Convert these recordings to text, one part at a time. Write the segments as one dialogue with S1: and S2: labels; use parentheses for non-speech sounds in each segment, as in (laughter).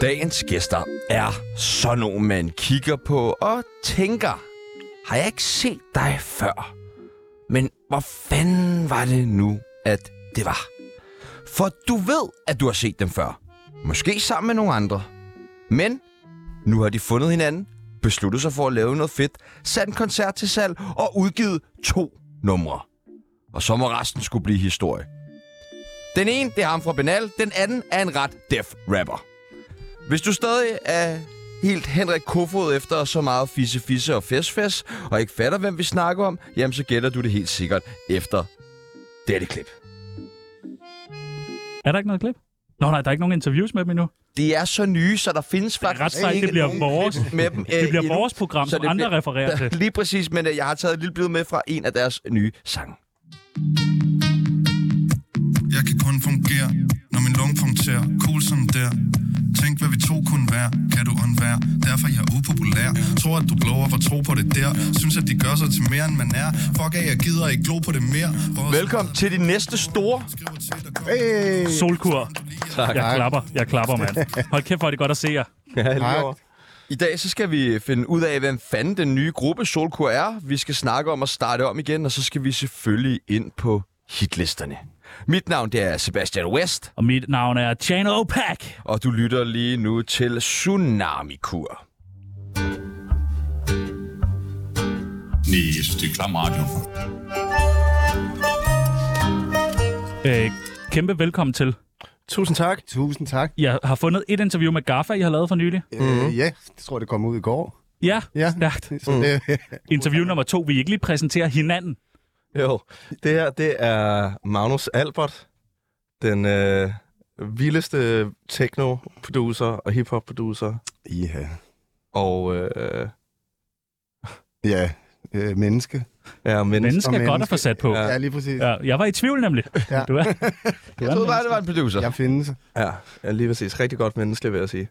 S1: Dagens gæster er sådan nogen, man kigger på og tænker, har jeg ikke set dig før? Men hvor fanden var det nu, at det var? For du ved, at du har set dem før. Måske sammen med nogle andre. Men nu har de fundet hinanden, besluttet sig for at lave noget fedt, sat en koncert til salg og udgivet to numre. Og så må resten skulle blive historie. Den ene, det er ham fra Benal. Den anden er en ret def rapper. Hvis du stadig er helt Henrik Kofod efter så meget fisse, fisse og fes, fes, og ikke fatter, hvem vi snakker om, jamen så gætter du det helt sikkert efter dette klip.
S2: Er der ikke noget klip? Nå nej, der er ikke nogen interviews med dem endnu.
S1: De er så nye, så der findes
S2: Det er ret
S1: faktisk
S2: sejt,
S1: ikke
S2: det bliver
S1: nogen
S2: vores,
S1: klip med dem,
S2: (laughs) det
S1: øh,
S2: bliver
S1: endnu.
S2: vores program,
S1: Så
S2: som
S1: det
S2: andre
S1: bliver-
S2: refererer
S1: (laughs)
S2: til.
S1: Lige præcis, men øh, jeg har taget et lille bid med fra en af deres nye sange.
S3: Jeg kan kun fungere, når min lunge punkterer Cool som der Tænk hvad vi to kunne være, kan du undvære Derfor jeg er upopulær Tror at du blower for tro på det der Synes at de gør sig til mere end man er Fuck af, jeg gider ikke glo på det mere Vores
S1: Velkommen til de næste store.
S3: skriver til dig, kom.
S4: Hey.
S2: Solkur.
S1: Tak.
S2: Jeg klapper, jeg klapper, mand. Hold kæft, hvor er det godt at se jer.
S1: I dag så skal vi finde ud af, hvem fanden den nye gruppe Solkur er. Vi skal snakke om at starte om igen, og så skal vi selvfølgelig ind på hitlisterne. Mit navn det er Sebastian West,
S2: Og mit navn er Chano Pack.
S1: og du lytter lige nu til Tsunamikur.
S5: Nej, jeg synes, det er klam radio.
S2: Øh, kæmpe velkommen til.
S6: Tusind tak.
S4: Tusind tak.
S2: Jeg har fundet et interview med Gaffa, I har lavet for nylig.
S4: Mm-hmm. Øh, ja, det tror jeg, det kom ud i går.
S2: Ja,
S4: Ja.
S2: stærkt.
S4: Så mm. det,
S2: Interview nummer to, vi ikke lige præsenterer hinanden.
S6: Jo, det her, det er Magnus Albert, den øh, vildeste techno-producer og hip-hop-producer,
S4: ja,
S6: og øh,
S4: ja. Øh, menneske.
S6: er menneske.
S2: Mennesker er godt at få sat på.
S4: Ja. ja, lige præcis. Ja.
S2: Ja, jeg var i tvivl nemlig.
S1: (laughs)
S4: Ja.
S2: Du er, du
S1: Jeg
S2: er
S1: troede
S2: en
S1: bare, det var en producer.
S4: Jeg findes.
S6: Ja, ja, lige præcis. Rigtig godt menneske, vil jeg sige.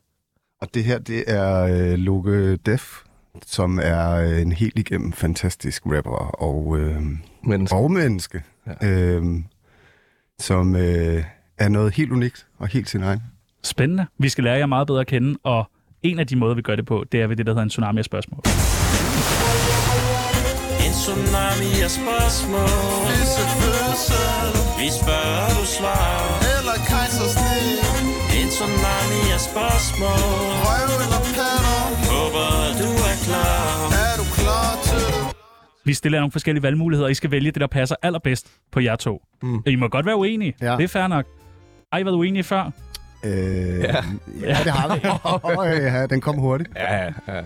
S4: Og det her, det er øh, Loke Def, som er øh, en helt igennem fantastisk rapper og, øh,
S6: Menneske.
S4: og menneske,
S6: Ja.
S4: ja. øh, som øh, er noget helt unikt og helt sin egen.
S2: Spændende. Vi skal lære jer meget bedre at kende, og en af de måder, vi gør det på, det er ved det, der hedder en tsunami af spørgsmål.
S7: En tsunami af spørgsmål Vi spørger, du svarer
S3: Eller kejsersnit,
S7: En tsunami af spørgsmål
S3: røv eller patter
S7: Håber, du er klar
S3: Er du klar til det?
S2: Vi stiller jer nogle forskellige valgmuligheder, og I skal vælge det, der passer allerbedst på jer to. Mm. I må godt være uenige.
S4: Ja.
S2: Det er fair nok. Har I været uenige før?
S4: Øh, ja. ja, det har vi.
S2: (laughs)
S4: (laughs) oh, ja, den kom hurtigt.
S6: Ja, ja, ja.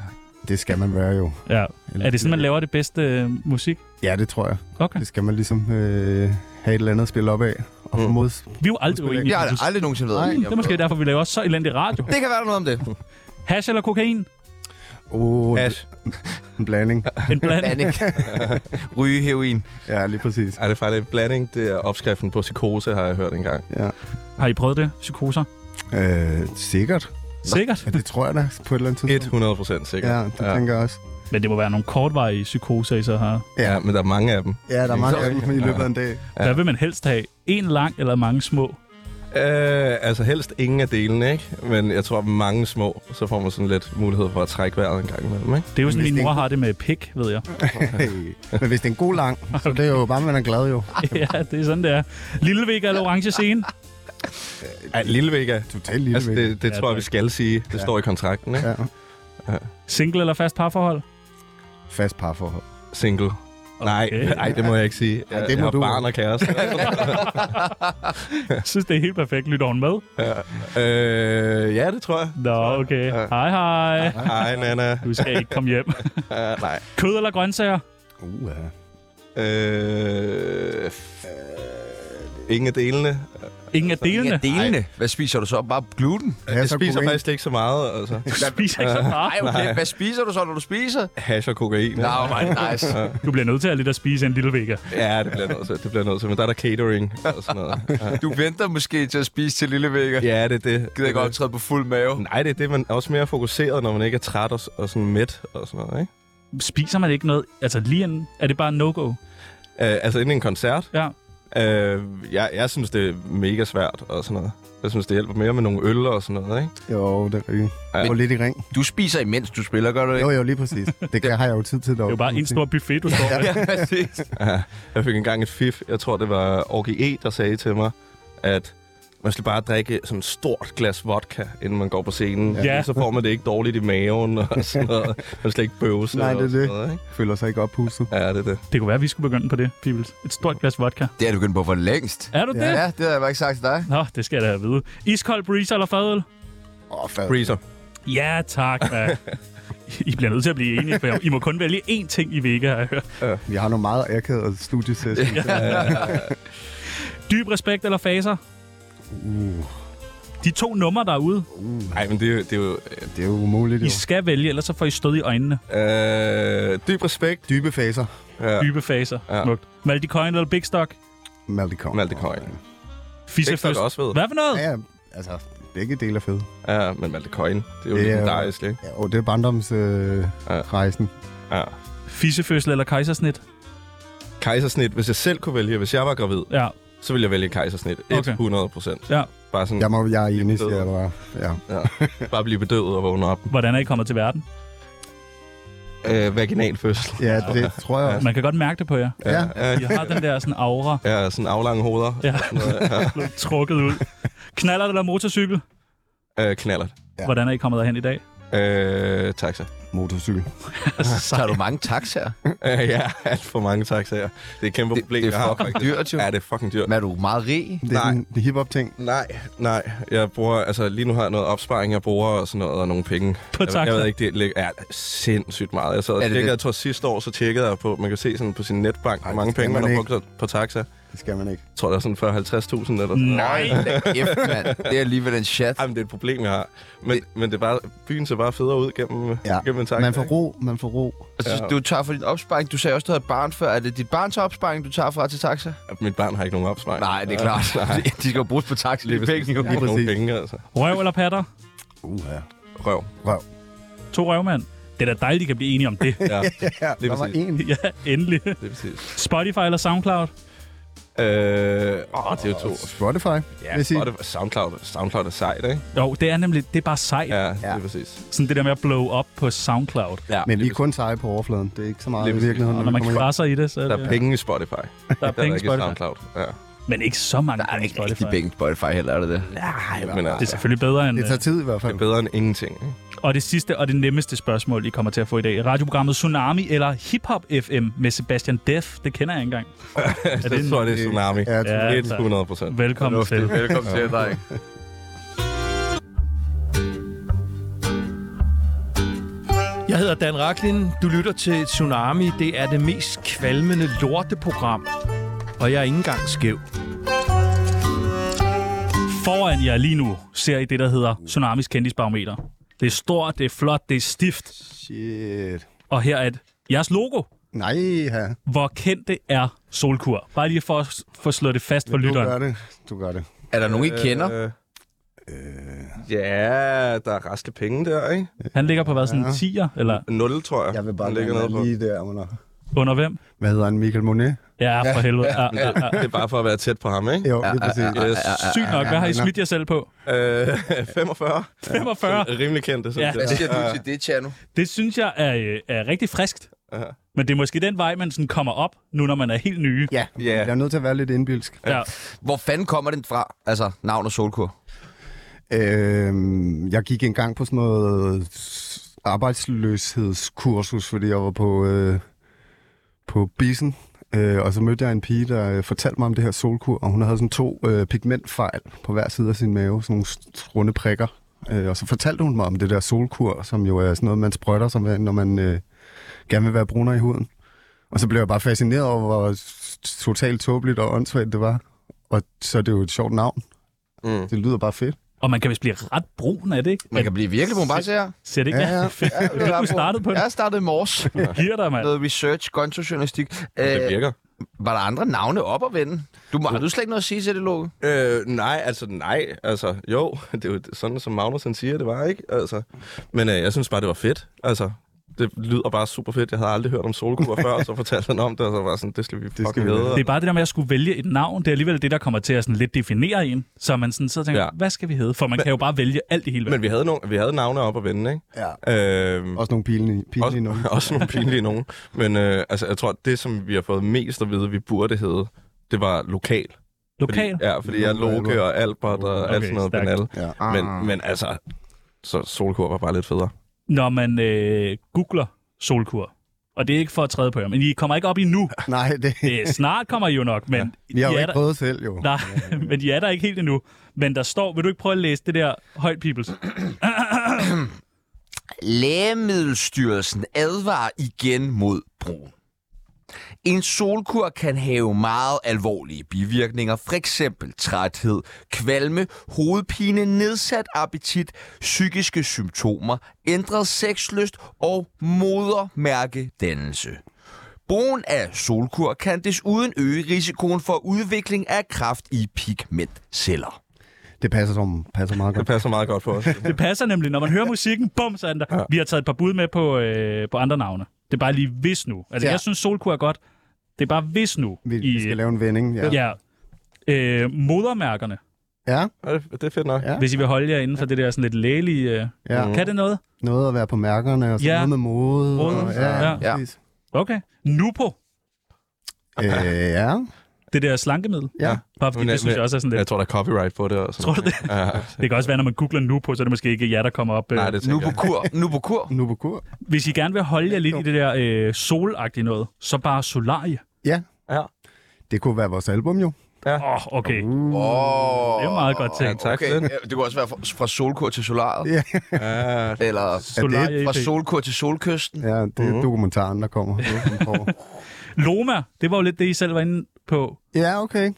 S4: Det skal man være jo.
S2: Ja.
S4: Eller-
S2: Er det sådan, man laver det bedste øh, musik?
S4: Ja, det tror jeg.
S2: Okay.
S4: Det skal man ligesom øh, have et eller andet at spille op af. Og mm. mod...
S2: Vi er jo aldrig uenige.
S1: Jeg har
S2: Jesus.
S1: da aldrig nogensinde
S4: Nej,
S1: været
S2: det er måske derfor, vi laver så elendig radio.
S1: Det kan være der er noget om det.
S6: (laughs)
S2: Hash eller kokain?
S4: Oh,
S6: Hash.
S4: en blanding.
S2: En blanding.
S1: Panik. Ryge heroin.
S4: Ja, lige præcis.
S6: Ej, det er faktisk en blanding. Det er opskriften på psykose, har jeg hørt engang.
S2: Har I prøvet det? Psykoser?
S4: Øh, sikkert.
S2: Sikkert.
S4: Ja, det tror jeg da på et eller andet tidspunkt.
S6: 100 procent sikkert.
S4: Ja, det ja. tænker jeg også.
S2: Men det må være nogle kortvarige psykoser, I så har.
S6: ja, men der er mange af dem.
S4: Ja, der er mange af dem i løbet af en dag.
S6: Ja.
S2: Hvad vil man helst have? En lang eller mange små?
S6: Øh, altså helst ingen af delene, ikke? Men jeg tror, mange små, så får man sådan lidt mulighed for at trække vejret en gang imellem, ikke?
S2: Det er jo sådan,
S4: Hvis
S2: min
S4: det
S2: mor
S4: ikke-
S2: har det med pik, ved jeg.
S4: Hey. Men hvis det er en god lang, så er det jo bare, man er glad jo.
S2: ja, det er sådan, det er. Lille Vega eller Orange Scene?
S6: Ej, Lille Vega.
S4: Totalt lille
S6: Altså, det, det
S2: Ja,
S6: tror jeg,
S2: tak.
S6: vi skal sige. Det står i kontrakten, ikke?
S4: Ja.
S2: Single eller fast parforhold?
S4: Fast parforhold.
S6: Single. Nej,
S2: Okay.
S6: nej, det må jeg ikke sige. Jeg,
S4: det må
S6: jeg har
S4: du.
S6: barn og kæreste.
S2: Jeg (laughs) synes, det er helt perfekt. Lytter hun med?
S6: øh, ja, det tror jeg.
S2: Nå, okay.
S6: Ja.
S2: Hej, hej.
S6: Hej, Nana.
S2: Du skal ikke komme hjem.
S6: Uh, nej.
S2: Kød eller grøntsager?
S4: Uh, ja.
S6: Øh, f- ingen af delene.
S2: Ingen af delene.
S1: Ja, delene. Hvad spiser du så? Bare gluten?
S4: Ja,
S6: Jeg
S4: så
S6: spiser
S4: kokain.
S6: faktisk ikke så meget, altså.
S2: (laughs) Du spiser ikke så
S1: Nej,
S2: meget.
S1: okay. Hvad spiser du så, når du spiser?
S6: Hash og kokain. ikke?
S1: Nå, hvor nice.
S2: Du bliver nødt til at lidt at spise en lille Vega.
S6: Ja, det bliver noget til. Det bliver noget til. Men der er der catering og sådan noget. Ja.
S1: Du venter måske til at spise til Lille Vækker.
S6: Ja, det er det.
S1: Gider jeg godt træde på fuld mave.
S6: Nej, det er det, man er også mere fokuseret, når man ikke er træt og, s- og sådan mæt og sådan noget, ikke?
S2: Spiser man ikke noget? Altså lige en, Er det bare no-go?
S6: Uh, altså Øh, inden en koncert,
S2: Ja.
S6: Øh, jeg, jeg synes, det er mega svært og sådan noget. Jeg synes, det hjælper mere med nogle øl og sådan noget, ikke?
S4: Jo, det er rigtigt.
S6: Ja.
S4: Og lidt i ring.
S1: Du spiser imens du spiller, gør du ikke?
S4: Jo, jo, lige præcis. Det kan, har jeg jo tid til.
S2: Det er jo bare en stor buffet, du står med.
S1: Ja, præcis.
S6: Ja, jeg fik engang et fif. Jeg tror, det var Orgi E, der sagde til mig, at man skal bare drikke sådan et stort glas vodka, inden man går på scenen.
S2: Ja.
S6: Så får man det ikke dårligt i maven og
S4: (laughs)
S6: sådan noget. Man skal ikke bøve sig
S4: Nej, det er
S6: og sådan
S4: det.
S6: Noget, ikke?
S4: Føler sig ikke oppustet.
S6: Ja, det er det.
S2: Det kunne være, at vi skulle begynde på det, Pibels. Et stort glas vodka.
S1: Det er du begyndt på for længst.
S2: Er du det?
S1: Ja, det har jeg bare ikke sagt til dig.
S2: Nå, det skal jeg da have at vide. Iskold breezer eller fadøl?
S4: Åh, oh, fad.
S6: Freezer.
S2: Ja, tak. mand. I bliver nødt til at blive enige, for I må kun vælge én ting i Vega, har jeg hørt.
S4: Vi har nogle meget akavede studiesessions.
S2: Dyb respekt eller faser?
S4: Uh,
S2: De to numre, der er ude,
S6: Nej, men det, er jo- det er jo...
S4: det er jo umuligt,
S2: I
S4: jo.
S2: skal vælge, ellers så får I stød i øjnene.
S6: Øh, dyb respekt.
S4: Dybe faser.
S6: Ja.
S2: Dybe faser.
S6: Ja.
S2: Smukt. Maldi Coin eller Big Stock?
S4: Maldecoin.
S6: Maltecoin. Det
S2: Fissefest.
S6: er også ved.
S2: Hvad for noget?
S4: Ja, ja, altså, begge dele er fede.
S6: Ja, men Maltecoin. Det er jo
S4: Det er-
S6: legendarisk, ikke?
S4: Ja, og det er barndomsrejsen. Øh,
S6: Ja.
S2: Fissefødsel eller kejsersnit?
S6: Kejsersnit. Hvis jeg selv kunne vælge, hvis jeg var gravid,
S2: Ja,
S6: så ville jeg vælge kejsersnit.
S2: Okay.
S6: 100 procent.
S2: ja.
S6: Bare sådan,
S4: jeg, må, jeg er enig,
S6: fede.
S4: siger jeg bare. Ja.
S6: bare blive bedøvet og vågne op.
S2: Hvordan er I kommet til verden?
S6: Øh, vaginal fødsel.
S4: ja, det tror jeg også.
S2: Man kan godt mærke det på jer.
S4: Ja.
S6: ja,
S2: I har den der sådan aura,
S6: ja sådan aflange hoveder.
S2: ja, blevet trukket ud. Knaller eller motorcykel?
S6: (laughs) Øh, knallert.
S4: Ja.
S2: Hvordan er I kommet derhen i dag?
S6: Øh, taxa.
S4: Motorcykel.
S2: Altså,
S1: Så har du mange taxaer.
S6: Øh, ja, (laughs) alt for mange taxaer. Det er et kæmpe
S1: Det,
S6: problem,
S1: det
S6: jeg
S1: er
S6: har.
S1: fucking
S6: faktisk.
S1: dyrt, jo.
S6: Ja, det er fucking dyrt.
S1: Men er du meget rig?
S4: Det er
S6: Nej.
S4: sådan en hip-hop-ting.
S6: Nej, nej. Jeg bruger, altså lige nu har jeg noget opsparing, jeg bruger og sådan noget, og nogle penge.
S2: På
S6: Jeg, jeg
S2: taxa?
S6: ved ikke, det ligger, er sindssygt meget. Jeg sad og
S1: Er det
S6: tjekkede,
S1: det?
S6: jeg tror sidste år, så tjekkede jeg på, man kan se sådan på sin netbank, hvor
S4: det
S6: mange
S4: skal
S6: penge man,
S4: man
S6: har brugt på taxa. Jeg
S4: Det skal man ikke.
S6: tror, der er sådan 40-50.000 eller sådan noget.
S2: Nej.
S1: da kæft, mand. Det er alligevel en chat.
S6: Ej, men det er et problem, jeg har. Men, det... men det er bare, byen ser bare federe ud gennem,
S4: Ja.
S6: gennem en taxa.
S4: Man får ro, man får ro.
S1: Altså, du tager for din opsparing. Du sagde også, du havde et barn før. Er det dit barns opsparing, du tager fra til taxa?
S6: ikke? Mit barn har ikke nogen opsparing.
S1: (laughs) Nej, det er klart.
S6: Nej.
S1: De skal jo bruges på taxa.
S6: Lige
S1: Det er
S6: præcis.
S1: penge, jo.
S6: Ikke nogen
S4: præcis.
S6: penge, altså.
S2: Røv eller patter?
S4: Uh, ja.
S6: Røv.
S2: To røvmænd. Det er da dejligt, de kan blive enige om
S6: (laughs)
S2: det.
S6: Ja,
S4: (laughs) Ja,
S6: Lige
S4: der var
S6: præcis.
S4: en.
S2: ja, endelig.
S6: det er præcis.
S2: Spotify eller SoundCloud?
S6: Øh, åh, det er jo to.
S4: Spotify, vil jeg sige.
S6: Og det, SoundCloud, SoundCloud er sejt, ikke?
S2: Jo, det er nemlig, det er bare sejt. Ja.
S6: Ja, ja.
S4: Ja.
S6: det er præcis.
S2: Sådan det der med at blow up på SoundCloud.
S1: Ja.
S4: Men vi er kun seje på overfladen. Det er ikke så meget
S6: Lige
S4: i
S6: præcis.
S4: virkeligheden,
S2: Og når man
S4: kommer hjem.
S2: krasser i det, så er
S6: Der
S2: det,
S6: er penge i Spotify.
S2: der er
S6: Der er
S2: penge i
S6: ikke i
S2: Spotify.
S6: SoundCloud. Ja.
S2: Men ikke så mange
S1: Der er
S2: penge i
S1: ikke
S2: Spotify.
S1: rigtig penge i Spotify heller, er det det?
S6: Nej, men
S2: Det er
S6: altså,
S2: selvfølgelig bedre end...
S4: Det tager tid i hvert
S6: det er
S4: fald.
S6: bedre end ingenting. Ikke?
S2: Og det sidste og det nemmeste spørgsmål, I kommer til at få i dag. Radioprogrammet Tsunami eller Hip Hop FM med Sebastian Def. Det kender jeg ikke engang.
S6: (laughs) Altså,
S2: det en-
S6: det tror jeg, det er Tsunami.
S4: Ja,
S2: Ja,
S6: Ja,
S2: tak.
S6: 100 procent.
S2: Velkommen til.
S1: Velkommen til, dig.
S8: Jeg hedder Dan Raklin. Du lytter til Tsunami. Det er det mest kvalmende lorteprogram. Og jeg er ikke engang skæv.
S2: Foran jer lige nu ser I det, der hedder Tsunamis kendisbarometer. Det er stort, det er flot, det er stift.
S4: Shit.
S2: Og her er et, jeres logo.
S4: Nej, ja.
S2: Hvor kendt det er Solkur. Bare lige for at få slået det fast for
S4: Du gør
S2: lytteren.
S4: det. Du gør det. Øh,
S1: Er der nogen, I kender?
S6: Øh, ja, der er raske penge der, ikke?
S2: Han ligger på hvad, sådan en 10'er? Eller
S6: 0, tror jeg.
S4: Jeg vil bare
S6: Den ligger
S4: gerne
S6: nede på.
S4: være lige der under.
S2: under hvem?
S4: Hvad hedder han? Michael Monet?
S2: Ja, for helvede. Ah, Ja, ja, ja.
S6: Det er bare for at være tæt på ham, ikke?
S4: Jo, lige præcis.
S6: Yes.
S2: ah. Sygt nok. Hvad har I snydt jer selv på?
S6: Øh, (laughs) 45.
S2: 45.
S6: Rimelig kendte, synes
S2: Ja.
S6: ja.
S1: Hvad
S6: jeg.
S1: siger du til det, Tjerno?
S2: Det synes jeg er, øh, er rigtig friskt.
S6: Ja.
S2: Men det er måske den vej, man sådan kommer op, nu når man er helt nye.
S4: Ja,
S6: Ja.
S4: jeg er nødt til at være lidt indbilsk.
S2: Ja.
S1: Hvor fanden kommer den fra? Altså, navnet Solkur.
S4: Øhm, jeg gik engang på sådan noget arbejdsløshedskursus, fordi jeg var på, øh, på Bissen. Øh, og så mødte jeg en pige, der øh, fortalte mig om det her solkur, og hun havde sådan to øh, pigmentfejl på hver side af sin mave, sådan nogle st- runde prikker. Øh, og så fortalte hun mig om det der solkur, som jo er sådan noget, man sprøjter, som, er, når man øh, gerne vil være brunere i huden. Og så blev jeg bare fascineret over, hvor s- totalt tåbeligt og åndssvagt det var. Og så er det jo et sjovt navn.
S6: Mm.
S4: Det lyder bare fedt.
S2: Og man kan vist blive ret brun af det, ikke?
S1: Man kan blive virkelig brun, bare se her.
S2: Ser det ikke?
S4: Ja,
S2: (laughs)
S4: ja.
S2: Fedt.
S1: Ja,
S2: Du
S1: ret brun.
S2: startede på det.
S1: Jeg startede i morges.
S2: Giver dig, mand.
S1: Noget research, kontojournalistik.
S6: Det
S1: Øh,
S6: virker.
S1: var der andre navne op at vende? Du, må- har du slet ikke noget at sige til det, Loke?
S6: Øh, nej, altså nej. Altså (laughs) jo, det er jo sådan, som Magnussen siger, det var ikke. Altså. Men øh, jeg synes bare, det var fedt. Altså, det det lyder bare super fedt. Jeg havde aldrig hørt om solkur før, og så fortalte han om det, og så var jeg sådan, det skal vi det
S4: skal
S6: fucking
S4: vi
S6: skal
S4: have.
S6: vi
S2: Det er bare det der med, at jeg skulle vælge et navn. Det er alligevel det, der kommer til at sådan lidt definere en. Så man sådan sidder og tænker, ja.
S6: Ja.
S2: hvad skal vi hedde? For man kan jo bare vælge alt i hele verden.
S6: Men vi havde, nogle, vi havde navne op at vende, ikke?
S4: Ja.
S6: Øhm,
S4: Også nogle pinlige,
S6: også,
S4: pinlige
S6: (laughs)
S4: nogle.
S6: også nogle pinlige nogen. Men øh, altså, jeg tror, at det, som vi har fået mest at vide, vi burde hedde, det var lokal.
S2: Lokal.
S6: Fordi, ja, fordi jeg er Loke og Albert og
S2: Okay,
S6: okay, alt sådan noget
S2: stærkt.
S6: banal.
S4: Ja.
S6: Men, men altså, så solkur var bare lidt federe.
S2: Når man øh, googler solkur, og det er ikke for at træde på jer, men I kommer ikke op endnu.
S4: Nej, det,
S2: Det er, snart kommer I jo nok, men
S4: vi har
S2: I
S4: jo
S2: er
S4: ikke
S2: der,
S4: prøvet selv, jo.
S2: Nej, (laughs) men de er der ikke helt endnu. Men der står, vil du ikke prøve at læse det der højt, Peoples?
S1: Lægemiddelstyrelsen advarer igen mod brugen. En solkur kan have meget alvorlige bivirkninger, f.eks. træthed, kvalme, hovedpine, nedsat appetit, psykiske symptomer, ændret sexlyst og modermærkedannelse. Brugen af solkur kan desuden øge risikoen for udvikling af kræft i pigmentceller.
S4: Det passer, som, passer meget
S6: Det
S4: godt.
S6: passer meget godt for os.
S2: Det passer nemlig, når man hører musikken, bum, så er den der. Vi har taget et par bud med på, øh, på andre navne. Det er bare lige hvis nu. Altså, ja.
S4: Ja.
S2: jeg synes, solkur er godt. Det er bare hvis nu.
S4: Vi, vi skal lave en vending. Ja.
S2: ja. Øh, modermærkerne,
S4: ja.
S6: Ja, det- det er fedt nok.
S4: Ja.
S2: hvis I vil holde jer inden for det der sådan lidt lægelige... Øh,
S4: Ja.
S2: Kan det noget?
S4: Noget at være på mærkerne, og så
S2: Ja.
S4: ja. noget med mode.
S2: Mode,
S4: Og, ja,
S2: ja.
S4: ja. præcis.
S2: Okay. Nupo,
S4: Øh, ja.
S2: det der slankemiddel.
S4: ja.
S2: Bare fordi
S6: Men,
S2: det
S6: øh,
S2: synes jeg også er sådan
S6: Jeg
S2: lidt...
S6: tror, der er copyright på det. Og sådan
S2: Tror du det?
S6: Ja,
S2: Det kan også være, når man googler Nupo, så er det måske ikke jer, der kommer op. øh,
S6: nej, det
S1: Nu
S6: tænker
S1: på
S6: jeg.
S1: kur, nu på kur.
S4: (laughs) Nu på kur.
S2: Hvis I gerne vil holde jer lidt i det der øh, solagtige noget, så bare solarie.
S4: Ja.
S6: Ja.
S4: Det kunne være vores album, jo.
S2: Åh, oh, okay.
S1: Oh,
S2: Det er meget godt
S6: Ja,
S2: tænkt.
S6: tak
S1: Okay,
S6: for det.
S1: ja, det kunne også være fra, fra solkur til solaret,
S4: Ja,
S6: Ja,
S1: eller
S2: Solarie
S1: fra
S2: EP.
S1: solkur til solkysten. Ja.
S4: ja det er dokumentaren, der kommer.
S2: Loma, det var jo lidt det, I selv var inde på.
S4: ja, okay.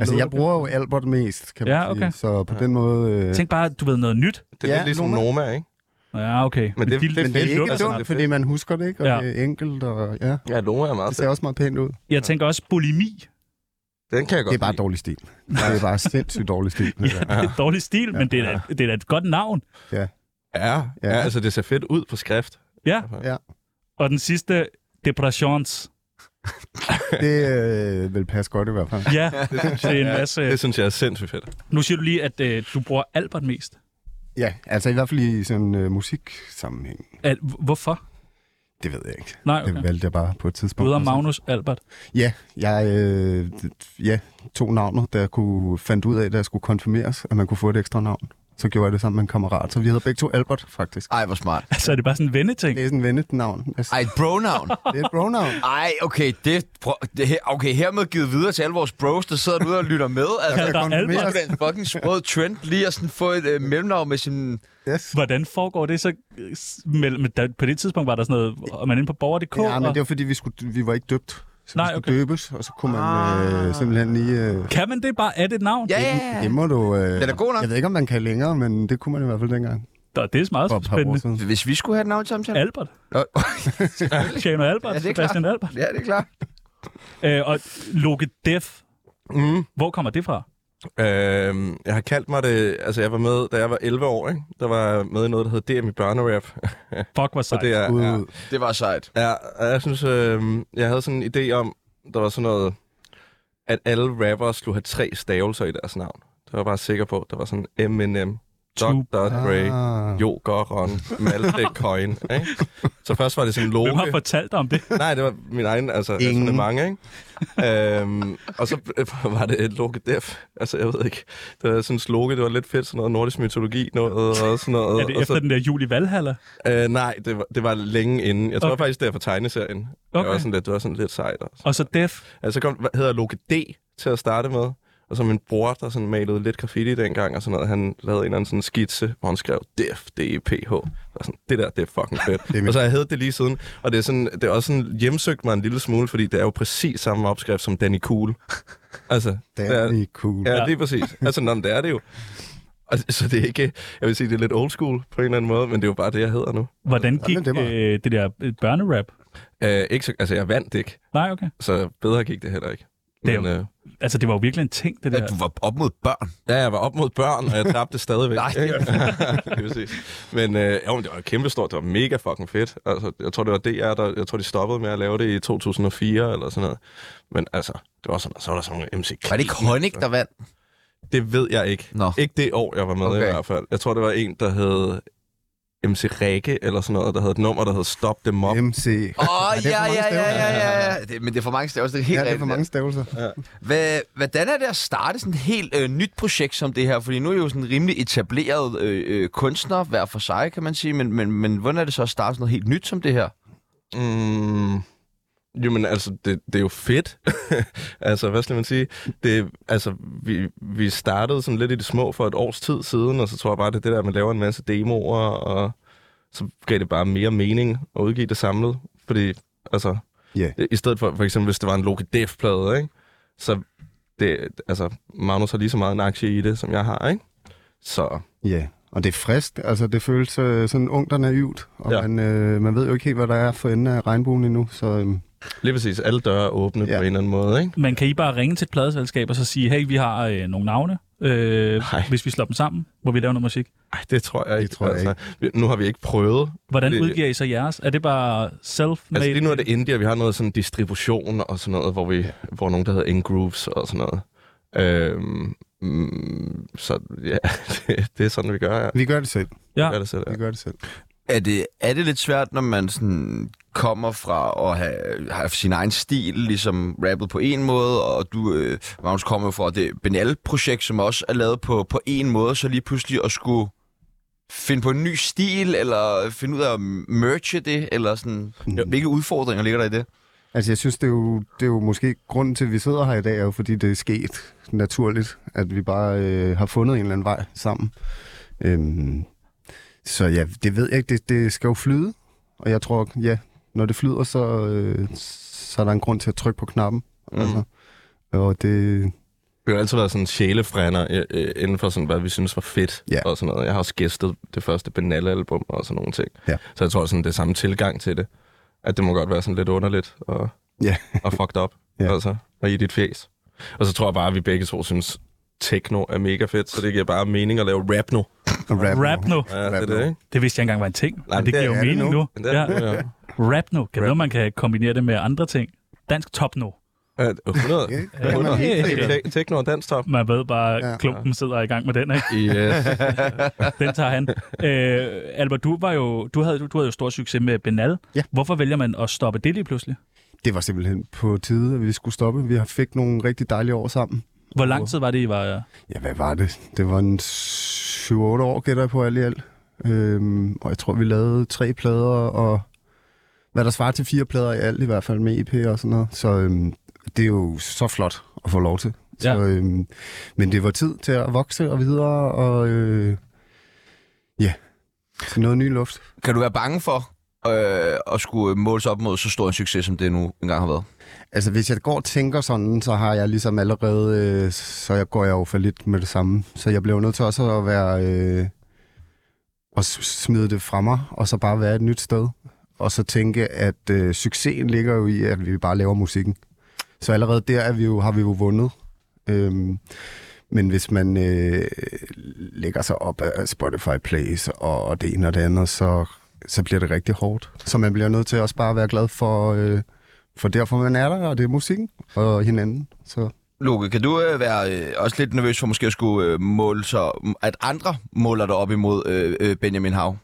S4: Altså, jeg bruger jo Albert mest, kan man
S2: Ja, okay.
S4: sige. Så på den måde... Øh,
S2: Tænk bare, du ved noget nyt.
S6: det er
S4: Ja,
S6: lidt ligesom
S4: Noma.
S6: Noma, ikke?
S2: Ja, okay.
S6: Men det-
S2: Vildt-
S6: det er
S4: men det er
S6: fedt.
S4: ikke
S6: Altså,
S4: dumt,
S6: det er
S4: fordi
S6: fedt.
S4: man husker det, ikke? Og
S2: Ja.
S4: ja. det er enkelt, og ja,
S6: Ja, Noma er meget fedt.
S4: det ser også meget pænt ud.
S2: Jeg tænker også bulimi.
S6: Den kan jeg godt
S4: Det er bare
S6: lide.
S4: dårlig stil. Det er bare sindssygt dårlig stil.
S2: (laughs)
S4: det der.
S2: Ja. Det er dårlig stil, men det er, da- det er da et godt navn.
S6: Ja, ja,
S4: Ja.
S6: altså det ser fedt ud på skrift.
S2: Ja.
S4: Ja.
S2: Og den sidste, depressions.
S4: Det øh, vil passe godt i hvert fald.
S2: Ja, det er en masse.
S6: Det synes jeg er sindssygt fedt.
S2: Nu siger du lige, at øh, du bruger Albert mest.
S4: Ja, altså i hvert fald i sådan en øh, musiksammenhæng.
S2: At, hvorfor?
S4: Det ved jeg ikke.
S2: Nej,
S4: Det
S2: okay.
S4: valgte jeg bare på et tidspunkt.
S2: Både
S4: Og så-
S2: Magnus Albert. (laughs)
S4: Ja, jeg øh, d- ja, tog navnet, da jeg kunne, fandt ud af, da jeg skulle konfirmeres, at man kunne få et ekstra navn. Så gjorde jeg det sammen med en kammerat, så vi hedder begge to Albert, faktisk.
S1: Ej, hvor smart.
S2: Så er det bare sådan en vendeting.
S4: Det er sådan et vendenavn. Altså,
S1: Ej, et bronavn.
S4: det er et bronavn.
S1: Ej, okay, det, bro, det her, okay, hermed givet videre til alle vores bros, der sidder ude og lytter med. Altså,
S2: Der er Albert.
S1: det er en fucking sprød trend lige at sådan få et øh, mellemnavn med sin...
S4: Yes.
S2: Hvordan foregår det så? øh, s- Mellem, der, på det tidspunkt var der sådan noget, og man inde på borger.dk.
S4: Ja, men
S2: og-
S4: det var fordi, vi, skulle, vi var ikke døbt. Så
S2: Nej,
S4: vi skulle
S2: okay.
S4: døbes, og så kunne man øh, simpelthen lige... Øh,
S2: Kan man det bare af et navn?
S1: Ja, ja,
S4: det
S1: ja.
S4: må du... Øh,
S1: Den er god nok.
S4: Jeg ved ikke, om man kan længere, men det kunne man i hvert fald dengang.
S2: Nå, Det er meget
S4: For et par år
S2: spændende.
S4: siden.
S1: Hvis vi skulle have et navn samtale.
S2: Albert. (laughs)
S1: Nå,
S2: Tjano Albert.
S1: Ja, det er klart.
S2: Sebastian Albert.
S1: ja, det er klart.
S2: Øh, og Loke Def.
S6: Mm.
S2: Hvor kommer det fra?
S6: Øhm, jeg har kaldt mig det... Altså, jeg var med, da jeg var 11 år, ikke? Der var jeg med i noget, der hed DM i børnerap.
S2: Fuck, hvor
S6: Så
S2: sejt.
S6: det er...
S4: Ud,
S6: Ja,
S1: Det var sejt.
S6: ja, og jeg synes, øhm, jeg havde sådan en idé om, der var sådan noget... At alle rappere skulle have tre stavelser i deres navn. Det var jeg bare sikker på. Der var sådan Eminem, Dr. Dre,
S4: Ah.
S6: Joker, Ron,
S2: (laughs)
S6: Malte, Coin. Ikke? Så først var det sådan Loke.
S2: Hvem har fortalt dig om det?
S6: Nej, det var min egen, altså Ingen.
S4: Ingen.
S6: Altså, mange, ikke? øhm, og så øh, (laughs) var det et Loke Def. Altså, jeg ved ikke. Det var sådan Loke, det var lidt fedt, sådan noget nordisk mytologi, noget og sådan noget.
S2: Er det
S6: og
S2: efter
S6: så,
S2: den der jul i Valhalla?
S6: øh, nej, det var, det var længe inden. Jeg tror
S2: Okay.
S6: faktisk, det er fra tegneserien.
S2: Okay.
S6: Det, var sådan lidt, det var sådan lidt sejt. Også.
S2: Og så Def.
S6: Altså, så kom, hvad hedder Loke D til at starte med. Og så min bror, der sådan malede lidt graffiti dengang og sådan noget, han lavede en eller anden sådan skitse, hvor han skrev DF, D-E-P-H. Og sådan, E det der, det er fucking fedt.
S4: er mit-
S6: og så har jeg heddet det lige siden, og det er, sådan, det er også sådan hjemsøgt mig en lille smule, fordi det er jo præcis samme opskrift som Danny Cool. (laughs) altså, det er,
S4: Danny Cool.
S6: ja, lige præcis. Altså, nå, men det er det jo. Og, så det er ikke, jeg vil sige, det er lidt old school på en eller anden måde, men det er jo bare det, jeg hedder nu.
S2: Hvordan gik
S4: Jamen, det var-
S2: øh, det der øh, børnerap?
S6: Øh, ikke så, altså, jeg vandt ikke,
S2: Nej, okay.
S6: så bedre gik det heller ikke.
S2: Det er
S6: Men, øh,
S2: Altså, det var jo virkelig en ting, det der.
S1: At du var op mod børn.
S6: ja, jeg var op mod børn, og jeg dræbte stadigvæk.
S1: Nej.
S6: ikke? (laughs) det er præcis. Men øh, jo, men det var kæmpestort. Det var mega fucking fedt. Altså, jeg tror, det var DR, der, jeg tror, de stoppede med at lave det i 2004 eller sådan noget. Men altså, det var sådan, så var der sådan nogle MC
S1: Var det ikke Honig, der vandt?
S6: Det ved jeg ikke.
S1: Nå.
S6: Ikke det år, jeg var med okay. i
S1: Okay.
S6: hvert fald. Jeg tror, det var en, der hed MC Rikke, eller sådan noget, der havde et nummer, der hed Stop Dem Op.
S4: MC.
S1: Åh, oh,
S4: det er
S1: ja,
S4: for
S1: ja,
S4: mange
S1: ja,
S4: stavelser.
S1: ja, ja, ja. Det, men det er for mange stavelser. Det er helt
S4: Ja, det er
S1: rigtigt.
S4: for mange stavelser.
S1: Hvad, hvordan er det at starte sådan et helt øh, nyt projekt som det her? Fordi nu er I jo sådan rimelig etableret øh, øh, kunstner, hver for sig, kan man sige. Men, men, men hvordan er det så at starte sådan noget helt nyt som det her?
S6: Mm, jo, men altså, det, det er jo fedt. (laughs) altså, hvad skal man sige? Det, altså, vi, vi startede sådan lidt i det små for et års tid siden, og så tror jeg bare, det er det der, at man laver en masse demoer, og så gav det bare mere mening at udgive det samlet. Fordi, altså,
S4: Ja.
S6: i stedet for, for eksempel, hvis det var en Loki Def-plade, ikke? Så det, altså, Magnus har lige så meget en aktie i det, som jeg har, ikke? Så,
S4: Ja, og det er frist. Altså, det føles øh, sådan ungt og naivt, og
S6: Ja.
S4: ja. man, øh, man ved jo ikke helt, hvad der er for enden af regnbuen endnu, så øhm,
S6: lige præcis, alle døre er åbne ja.
S4: Ja.
S6: på en eller anden måde, ikke?
S2: Men kan I bare ringe til et pladeselskab og så sige, hey, vi har øh, nogle navne, øh,
S6: Nej.
S2: hvis vi slår dem sammen, hvor vi laver noget musik?
S6: Ej, det tror jeg ikke.
S4: tror jeg
S6: ikke. Nu har vi ikke prøvet,
S2: Hvordan
S6: Det-
S2: det... udgiver I så jeres? Er det bare self-made?
S6: Altså lige nu er det India, vi har noget sådan distribution og sådan noget, hvor vi hvor nogen, der hedder Ingrooves og sådan noget. Øhm, mm, så ja, (laughs) det, det er sådan, vi gør. Ja.
S4: vi gør det selv.
S2: Ja.
S6: Ja. Gør det selv, ja.
S4: Vi gør det selv.
S1: Er det, er det lidt svært, når man sådan kommer fra at have, have sin egen stil, ligesom rappet på en måde, og du, øh, Magnus, kommer fra det Benal-projekt, som også er lavet på, på en måde, så lige pludselig at skulle finde på en ny stil, eller finde ud af at merge det, eller sådan, hvilke udfordringer ligger der i det?
S4: Altså, jeg synes, det er, jo, det er jo måske grunden til, at vi sidder her i dag, er jo fordi, det er sket naturligt, at vi bare øh, har fundet en eller anden vej sammen. Øhm, så ja, det ved jeg ikke. Det, det skal jo flyde, og jeg tror, ja, når det flyder, så, øh, så er der en grund til at trykke på knappen. Mm. Altså, og det,
S6: Vi har altid været sådan sjælefrænder øh, øh, inden for sådan, hvad vi synes var fedt
S4: Ja.
S6: og sådan noget. Jeg har også gæstet det første Benalla-album og sådan nogle ting.
S4: Ja.
S6: Så jeg tror sådan, det er samme tilgang til det. At det må godt være sådan lidt underligt og,
S4: Ja. (laughs)
S6: og fucked up.
S4: Ja.
S6: Altså, og i dit fjes. Og så tror jeg bare, at vi begge to synes, techno er mega fedt, så det giver bare mening at lave rap nu.
S4: rap,
S2: Rap nu.
S6: Ja, det er
S4: Rap
S6: det,
S4: nu.
S6: ikke?
S2: Det vidste jeg ikke engang var en ting, Nej, men det
S6: det
S2: giver
S6: er
S2: jo
S4: det
S2: mening
S4: nu.
S2: nu.
S6: Men
S2: Ja.
S6: det er-
S2: Rap nu. Kan man kan kombinere det med andre ting? Dansk top nu.
S6: Ja, 100.
S4: Ja, det kan man
S6: 100.
S4: helt
S6: Te-
S4: sikkert.
S6: te- Techno og dansk top.
S2: Man ved bare, at
S4: Ja.
S2: klumpen sidder i gang med den, ikke?
S6: Yes.
S2: Den tager
S6: (laughs)
S2: han. Øh, Albert, du, var jo, du, havde, du havde jo stor succes med Benal.
S4: Ja.
S2: Hvorfor vælger man at stoppe det lige pludselig?
S4: Det var simpelthen på tide, at vi skulle stoppe. Vi har fik nogle rigtig dejlige år sammen.
S2: Hvor lang tid var det, I var...
S4: Ja, hvad var det? Det var en 7-8 år, gætter jeg på alt i alt. Øhm, og jeg tror, vi lavede tre plader, og hvad der svarer til fire plader i alt, i hvert fald med EP og sådan noget. Så øhm, det er jo så flot at få lov til. Så,
S2: Ja.
S4: øhm, men det var tid til at vokse og videre, og øh, ja, til noget ny luft.
S1: Kan du være bange for øh, at skulle måles op mod så stor en succes, som det nu engang har været?
S4: Altså, hvis jeg går og tænker sådan, så har jeg ligesom allerede, øh, så jeg går jeg jo for lidt med det samme. Så jeg bliver jo nødt til også at være, øh, at s- smide det fra mig, og så bare være et nyt sted. Og så tænke, at øh, succesen ligger jo i, at vi bare laver musikken. Så allerede der er vi jo, har vi jo vundet. Øhm, men hvis man øh, lægger sig op af Spotify Plays og, og det ene og det andet, så, så bliver det rigtig hårdt. Så man bliver nødt til også bare at være glad for... Øh, for derfor man er der, og det er musikken og hinanden. Så
S1: Loke, kan du øh, være øh, også lidt nervøs for måske at skulle øh, måle sig, at andre måler dig op imod øh, øh, Benjamin Hav?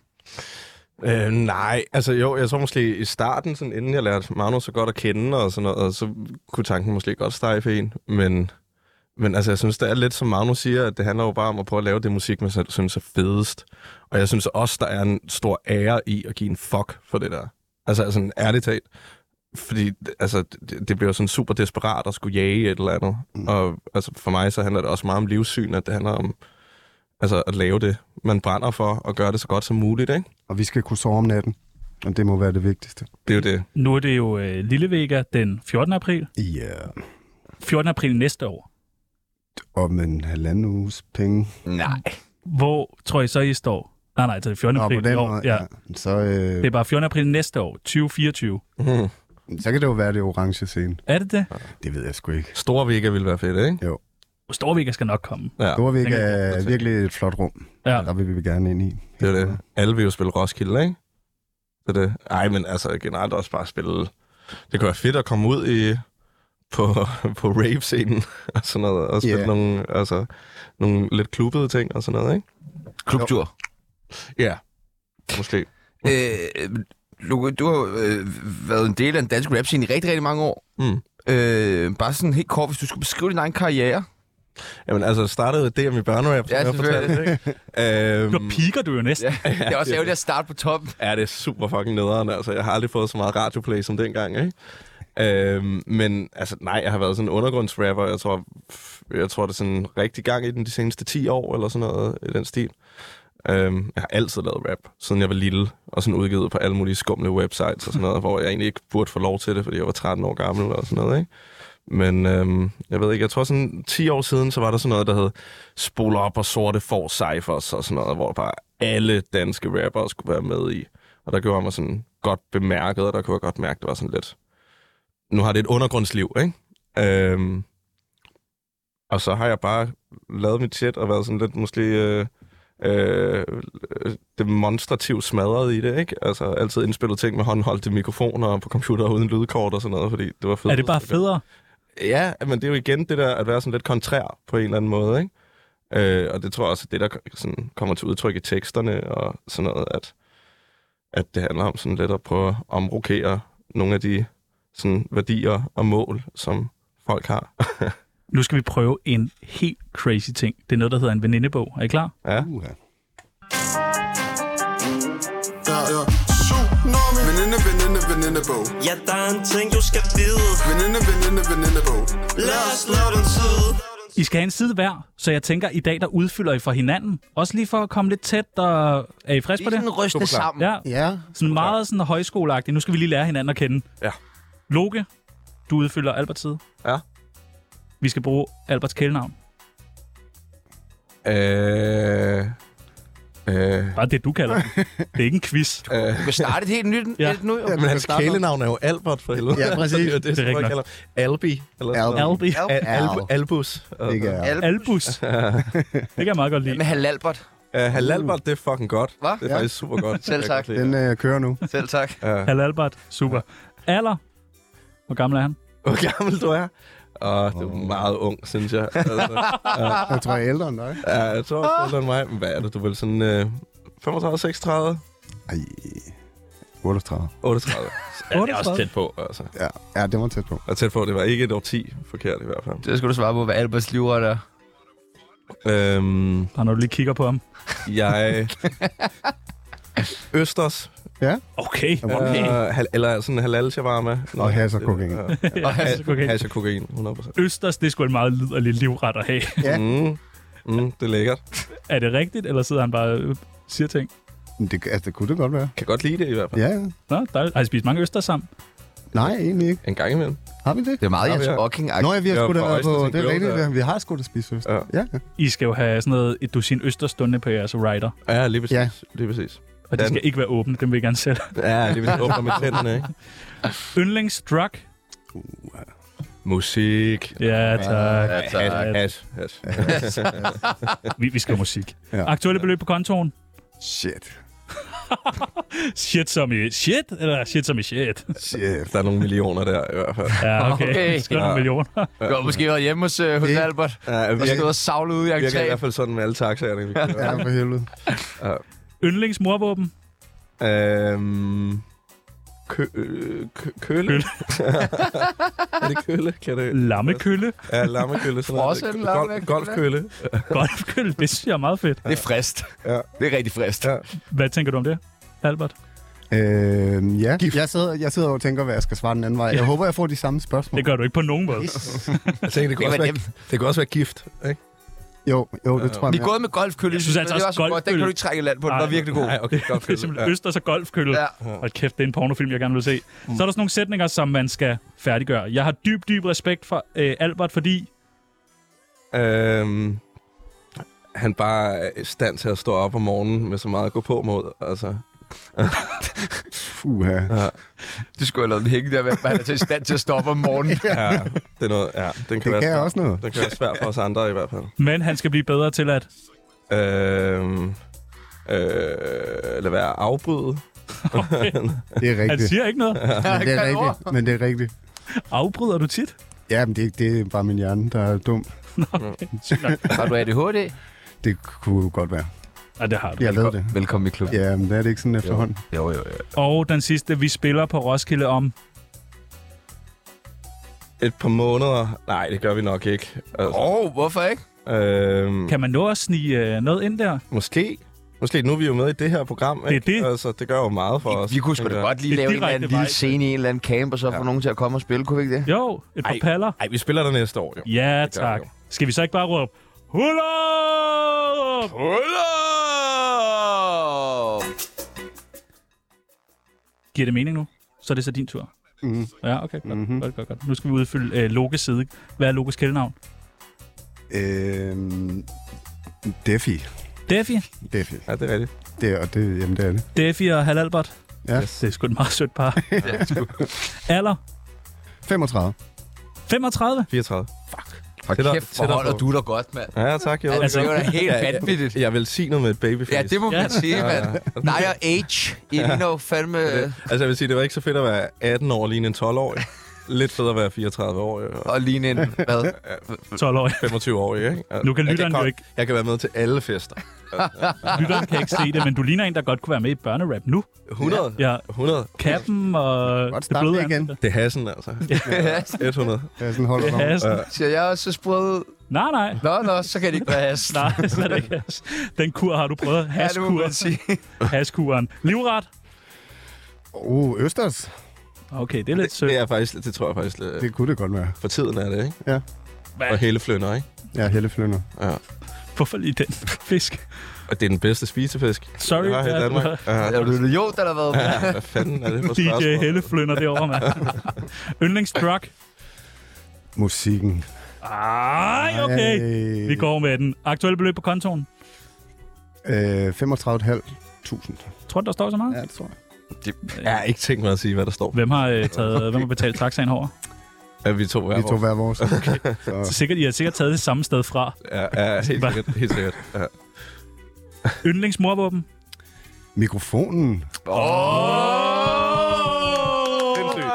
S6: Øh, nej, altså jo, jeg tror måske i starten, sådan, inden jeg lærte Magnus så godt at kende og sådan noget, og så kunne tanken måske godt stejfe en, men, men altså jeg synes, det er lidt som Magnus siger, at det handler jo bare om at prøve at lave det musik, man selv synes er fedest. Og jeg synes også, der er en stor ære i at give en fuck for det der. Altså sådan ærligt talt. Fordi altså, det, det bliver sådan super desperat at skulle jage et eller andet. Mm. Og altså, for mig så handler det også meget om livssyn, at det handler om altså, at lave det, man brænder for, og gøre det så godt som muligt, ikke?
S4: og vi skal kunne sove om natten, og det må være det vigtigste.
S6: Det er jo det.
S2: Nu er det jo øh, Lille Vega den 14. april.
S4: Ja. Yeah.
S2: 14. april næste år.
S4: Om en halvanden uges penge.
S1: Nej.
S2: Hvor tror I så, I står? Nej, nej, det er 14.
S4: Nå,
S2: april
S4: på
S2: i
S4: den
S2: år.
S4: måde.
S2: ja.
S4: Så, øh,
S2: Det er bare 14. april næste år, 2024.
S6: Mm.
S4: Så kan det jo være det er orange scene.
S2: Er det det?
S4: Det ved jeg sgu ikke.
S6: (laughs) Store Vega ville være fedt, ikke?
S2: Storvika skal nok komme.
S6: Ja,
S4: Storvik
S2: den kan jeg
S4: er
S6: godt se.
S4: virkelig et flot rum.
S2: Ja.
S4: Der vil vi gerne ind i.
S6: det er det. Alle vil jo spille Roskilde, ikke? Så det, ej, men altså generelt også bare spille... Det kunne være fedt at komme ud i på, (laughs) på rave-scenen (laughs) og sådan noget, og spille
S4: Ja.
S6: yeah. nogle, altså, nogle lidt klubbede ting og sådan noget, ikke?
S1: Klubtur.
S6: Ja. Måske.
S1: Øh, Luke, du har jo, øh, været en del af den danske rap scene i rigtig, rigtig mange år.
S6: Mm.
S1: Øh, bare sådan helt kort, hvis du skulle beskrive din egen karriere.
S6: Jamen altså, startede det med børnerap, som
S1: Ja,
S6: jeg Øhm, fortalte, ikke?
S2: Nu piker du jo næsten.
S1: Ja, det er også ærgerligt at starte på toppen.
S6: Ja, det (laughs) er super fucking nederen, altså. Jeg har aldrig fået så meget radioplay som dengang, ikke? Øhm, men altså, nej, jeg har været sådan en undergrundsrapper. Jeg tror, jeg tror, det er sådan rigtig gang i den de seneste 10 år, eller sådan noget i den stil. Øhm, jeg har altid lavet rap, siden jeg var lille, og sådan udgivet på alle mulige skumle websites og sådan noget, hvor jeg egentlig ikke burde få lov til det, fordi jeg var 13 år gammel og sådan noget, ikke? Men øhm, jeg ved ikke, jeg tror sådan 10 år siden, så var der sådan noget, der hed Spol op og sorte for cyphers og sådan noget, hvor bare alle danske rappere skulle være med i. Og der gjorde jeg mig sådan godt bemærket, og der kunne jeg godt mærke, det var sådan lidt... Nu har det et undergrundsliv, ikke? Øhm, og så har jeg bare lavet mit shit og været sådan lidt måske øh, øh, demonstrativt smadret i det, ikke? Altså altid indspillet ting med håndholdte mikrofoner og på computer uden lydkort og sådan noget, fordi det var fedt.
S2: Er det bare federe?
S6: Ja, men det er jo igen det der at være sådan lidt kontrær på en eller anden måde, ikke? Øh, og det tror jeg også, at det, der sådan kommer til udtryk i teksterne og sådan noget, at, at det handler om sådan lidt at prøve at omrokere nogle af de sådan værdier og mål, som folk (laughs) har.
S2: Nu skal vi prøve en helt crazy ting. Det er noget, der hedder en venindebog. Er I klar?
S6: Ja.
S4: Uha.
S9: Ja, ja. Tsunami. Veninde, veninde, venindebog.
S7: Ja, der er en ting, du skal vide
S9: Veninde, veninde, venindebog.
S7: Lad os lave den tid
S2: I skal have en side hver, så jeg tænker, i dag der udfylder I for hinanden. Også lige for at komme lidt tæt, og er I friske på det?
S1: ryste sammen.
S2: Ja,
S4: Ja.
S2: sådan meget sådan højskoleagtigt. Nu skal vi lige lære hinanden at kende.
S6: Ja.
S2: Loke, du udfylder Alberts side.
S6: Ja.
S2: Vi skal bruge Alberts kælenavn.
S6: Øh, øh,
S2: Bare det, du kalder
S6: (laughs)
S2: den. Det er ikke en quiz.
S6: øh.
S1: Du kan starte et helt nyt
S2: Ja.
S1: helt nu.
S6: Ja, men hans kælenavn er jo Albert, for helvede.
S4: Ja, præcis.
S6: (laughs) det er jo det, som
S2: rigtigt
S6: folk
S2: nok.
S6: kalder Albi. Eller sådan noget.
S2: Albi.
S6: Al- Al-
S4: Al.
S6: Albus. Og-
S4: Ikke er.
S2: Albus.
S6: (laughs)
S2: Det kan jeg meget godt lide.
S1: Med Halalbert.
S6: Øh, Halalbert, det er fucking godt.
S1: Hva?
S6: Det er
S4: Ja.
S6: faktisk super godt.
S1: Selv
S6: Det kan jeg
S1: tak.
S6: godt lide.
S4: Den øh, kører nu.
S1: Selv tak.
S6: Ja.
S2: Hal Albert. Super. Alder. Hvor gammel er han?
S6: Hvor gammel du er? Åh, du er meget ung, synes jeg. Altså,
S4: Jeg tror, jeg er ældre end dig.
S6: ja, jeg tror også, du er ældre end mig. Men Hvad er det? Du er vel sådan øh, 35, 36,
S4: Ej. 38.
S6: 38? Ja, (laughs) det er også tæt på, altså.
S4: Ja, ja det var tæt på.
S6: Og tæt på, det var ikke et årti forkert i hvert fald.
S1: Det skal du svare på, hvad Alberts livret er.
S6: Øhm,
S2: Bare når du lige kigger på ham.
S6: (laughs) jeg... Østers.
S2: Okay.
S6: Okay. Øh, hal- eller sådan halal shawarma.
S4: Og hash og kokain.
S6: Øh,
S2: Ja, altså, okay.
S6: hash (laughs) og kokain, 100%.
S2: Øh, Østers, det er sgu en meget liderlig livret at have. (laughs)
S4: Ja.
S6: Mm, mm, det er lækkert.
S2: Er det rigtigt, eller sidder han bare og siger ting?
S4: Men Det, altså, det kunne det godt være.
S6: Kan godt lide det i hvert fald.
S4: Ja, ja.
S2: Nå, dejligt. Har I spist mange østers sammen?
S4: Nej, egentlig ikke.
S6: En gang imellem.
S4: Har vi det?
S1: Det er meget
S6: Ja,
S1: Jens
S6: ja.
S1: Ocking.
S4: Nå, ja, vi har
S6: Jeg var
S4: sgu da
S6: fra
S4: været på...
S6: Østers
S4: Det er
S6: Grill,
S4: rigtigt,
S6: ja.
S4: ja. Vi har sgu da spist øst.
S6: Ja.
S4: Ja, ja.
S2: I skal jo have sådan noget, et dusin østers stående på jeres rider,
S6: Ja, lige præcis.
S4: Ja.
S6: Ja. Lige præcis.
S2: og de
S6: Den-
S2: skal ikke være åbne, dem vil jeg gerne selv. (laughs)
S6: Ja, lige præcis. Åbner med tænderne, ikke?
S2: Yndlingsdrug?
S6: Musik.
S2: Ja, tak.
S1: Ja, tak.
S6: Hash, hash.
S2: Vi, vi skal have musik.
S4: Ja.
S2: Aktuelle beløb på kontoen?
S4: Shit.
S2: Shit som i shit, eller shit som i shit?
S4: Shit.
S6: Der er nogle millioner der i hvert fald.
S2: Ja, okay. okay.
S1: Okay.
S2: Skriv nogle
S6: Ja.
S2: millioner.
S1: Du har måske været hjemme hos, øh, hos
S4: Det-
S1: Albert
S6: Ja, jeg
S1: og stået
S6: virker,
S1: og savlet ud i
S6: virker i
S1: entréen.
S6: hvert fald sådan med alle taxaerne. vi
S4: (laughs)
S6: kører.
S4: Ja, for helvede.
S2: Yndlingsmorvåben?
S6: Øhm, kø, øh, kø, køle?
S2: Køle.
S6: (laughs) er det køle? Kan det?
S2: Lammekølle?
S6: Ja, lammekølle. Sådan noget.
S1: Også en
S6: Gol-
S1: lammekølle.
S6: Golfkølle.
S2: Golfkølle? Det synes jeg er meget fedt.
S1: Det er frist.
S6: Ja.
S1: Det er rigtig frist.
S6: Ja.
S2: Hvad tænker du om det, Albert?
S4: Øh, ja, jeg sidder, jeg sidder og tænker, hvad jeg skal svare den anden vej. Jeg håber, jeg får de samme spørgsmål.
S2: Det gør du ikke på nogen måde.
S6: Jeg tænkte, det
S1: Det
S6: kunne, også
S1: var
S6: være, det kunne også være gift. Ikke?
S4: Jo, jo, det tror jeg.
S1: Vi er
S4: mere.
S1: gået med golfkølle.
S2: Jeg synes altså
S1: men det var
S2: også,
S1: så godt. Den kan
S2: golfkølle-
S1: du ikke trække i land på. Den
S2: Nej,
S1: var virkelig god.
S6: Nej,
S2: (laughs)
S6: okay,
S2: Det er
S6: golfkølle.
S2: simpelthen østers og golfkølle.
S1: Ja.
S2: Og kæft, det er en pornofilm, jeg gerne vil se. Så er der sådan nogle sætninger, som man skal færdiggøre. Jeg har dyb, dyb respekt for øh, Albert, fordi...
S6: Ja. Øhm, han bare er i stand til at stå op om morgenen med så meget at gå på mod. Altså,
S4: Fuha. Ja.
S1: Det skulle jeg lade den hænge der, hvad han er til i stand til at stoppe om morgenen.
S6: Ja, det er noget, ja, den kan,
S4: Det
S6: være
S4: kan
S6: svær.
S4: også noget.
S6: Den kan være svær for os andre i hvert fald.
S2: Men han skal blive bedre til at...
S6: Øhm, øh, lad være at afbryde.
S4: Det er
S2: Han
S4: rigtigt.
S2: siger ikke noget.
S4: men, det er rigtigt. men det er rigtigt.
S2: Afbryder du tit?
S4: Ja, men det, det er bare min hjerne, der er dum.
S1: (laughs) Har du ADHD?
S4: Det kunne godt være.
S2: Ja, det har du.
S4: Jeg lavede det.
S1: Velkommen i klubben.
S4: Ja, men det er det ikke sådan efterhånden.
S1: Jo, jo, jo.
S2: Og den sidste, vi spiller på Roskilde om...
S6: Et par måneder. Nej, det gør vi nok ikke. Altså,
S1: Åh, oh, hvorfor ikke?
S6: øhm,
S2: Kan man nå at snige øh, noget ind der?
S6: Måske. Måske. Nu er vi jo med i det her program.
S2: Det er det.
S6: Altså, det gør jo meget for os.
S1: Vi kunne sgu da
S6: tænker jeg.
S1: godt lige
S2: Det er
S1: lave en eller anden
S2: direkte
S1: lille
S2: vej.
S1: scene i en eller anden camp, og så ja. få nogen til at komme og spille. Kunne vi ikke det?
S2: Jo, et par
S6: Ej.
S2: paller.
S6: Ej, vi spiller der næste år, jo.
S2: Ja,
S6: gør
S2: tak.
S6: vi jo.
S2: Skal vi så ikke bare råbe... Hullup!
S1: Hold op!
S2: Giver det mening nu? Så er det så din tur.
S4: Mhm.
S2: Ja, okay. Godt, mm-hmm. godt, godt, godt. Nu skal vi udfylde øh, Lokes side. Hvad er Lokes kældnavn?
S4: Øhm, Defi.
S2: Defi.
S4: Defi.
S6: Ja, det er rigtigt.
S4: Det er, og det, jamen, det er det.
S2: Defi og Hal Albert.
S4: Ja.
S2: Det er sgu et meget sødt par. Alder?
S4: 35.
S2: 35?
S6: 34.
S1: Hold
S6: Tættere-
S1: kæft, hvor
S6: tættere
S1: holder
S6: på.
S1: du dig godt, mand.
S6: Ja, tak. Jeg,
S1: Altså,
S6: altså,
S1: det var da helt
S6: Ja, ja.
S1: vanvittigt.
S6: jeg vil sige noget med et babyface.
S1: Ja, det må man
S2: Ja.
S1: sige, mand. Nej, og age. I ja. know fandme...
S6: Altså, jeg vil sige, det var ikke så fedt at være 18 år lige en
S1: (laughs)
S6: 12-årig. Lidt federe at være 34 år, jo. og
S1: Og ligne en... Hvad?
S2: 12 år.
S6: 25 år, ikke? Og-
S2: Nu kan
S6: Jeg
S2: lytteren jo
S6: komme-
S2: ikke-
S6: Jeg kan være med til alle fester.
S2: Lytteren kan ikke se det, men du ligner en, der godt kunne være med i børnerap nu.
S6: 100?
S2: Ja,
S6: 100?
S2: kappen og
S4: Godt
S2: det
S4: starte
S2: bløde
S4: igen.
S2: ansigt.
S6: Det er hassen, altså.
S1: (laughs) Ja.
S6: (laughs) 100.
S4: Jeg er sådan holder
S2: Det er
S4: om.
S2: hasen.
S1: Siger jeg også så sprød ud?
S2: Nej, nej.
S1: Nå, nå, så kan det ikke være has.
S2: Nej, slet ikke has. Den kur har du prøvet.
S1: Ja, det må
S2: Haskur.
S1: man (laughs) sige.
S2: Haskuren. Livret.
S4: Uh, Østers.
S2: Okay, det er lidt sødt.
S6: Det er faktisk, det tror jeg faktisk, lidt-
S4: Det kunne det godt være.
S6: for tiden er det, ikke? Og
S2: Hvad?
S6: hele flønder, ikke?
S4: Ja, Helle Flønder.
S6: Ja.
S2: Hvorfor lige den fisk?
S6: Og det er den bedste spisefisk.
S2: Sorry,
S6: vi har her i
S2: ja,
S6: Danmark.
S2: du
S6: Ja,
S1: Er du en idiot, eller hvad?
S6: ja, hvad fanden er
S2: (laughs)
S6: det for spørgsmål?
S2: DJ Helle flynder derovre, mand. Yndlingsdrug.
S4: Musikken.
S2: Ej, okay.
S4: Ej.
S2: Vi går med den. Aktuelle beløb på kontoen.
S4: Øh, 35.500.
S2: Tror du, der står så meget?
S4: Ja, det tror jeg.
S6: Jeg har ikke tænkt mig at sige, hvad der står.
S2: Hvem har, øh, taget, hvem har betalt taxaen over?
S6: Ja, vi to hver
S4: Vi tog
S6: vores.
S4: hver vores.
S2: Så
S4: Så,
S2: sikkert, I har sikkert taget det samme sted fra.
S6: Ja, ja, helt
S2: Hva?
S6: sikkert. Helt sikkert. Ja.
S2: Yndlingsmorvåben.
S4: mikrofonen.
S6: Sindssygt.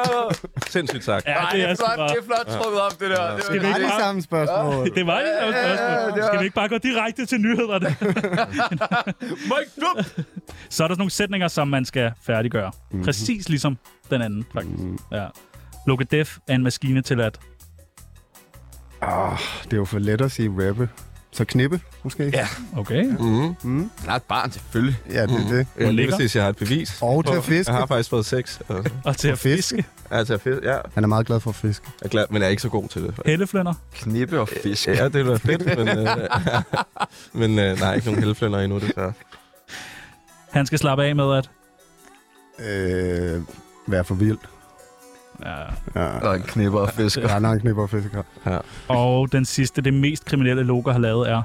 S6: Sindssygt tak.
S2: Ja,
S1: Ej,
S2: det er, altså
S1: flot, det er
S2: det
S1: flot trukket op, det der. Det
S2: Skal vi
S1: var
S2: ikke
S4: Alle
S1: dejligt.
S2: bare-
S4: sammen spørgsmål.
S2: det var det, der var spørgsmål. Skal vi ikke bare gå direkte til (laughs) nyhederne?
S1: Mike Dub!
S2: Så er der sådan nogle sætninger, som man skal færdiggøre. Præcis ligesom den anden, faktisk. Ja. Lukke Def er en maskine til at...
S4: Ah, det er jo for let at sige rappe. Så knippe, måske?
S1: Ja.
S2: Okay.
S6: Mm.
S1: Han er et barn, selvfølgelig.
S4: ja det er det.
S6: Jeg Øh, lige
S2: ligger?
S6: præcis, jeg har et bevis.
S4: Og til
S6: på-
S4: at fiske.
S6: Jeg har faktisk fået sex. Altså.
S2: Og til at fiske.
S6: Ja, til at fiske. Ja,
S4: Han er meget glad for at fiske.
S6: jeg er glad, men jeg er ikke så god til det. faktisk.
S2: Helleflønder.
S1: Knippe og fisk.
S6: Ja, det ville være fedt, men, øh, (laughs) men øh, nej, ikke nogen helflønder endnu, desværre.
S2: Han skal slappe af med at...
S4: Øh, vær for vild.
S2: Ja.
S4: Ja.
S1: Og en knipper og fisk.
S4: Der er nok knipper og fisker.
S2: Og den sidste, det mest kriminelle Loke har lavet er...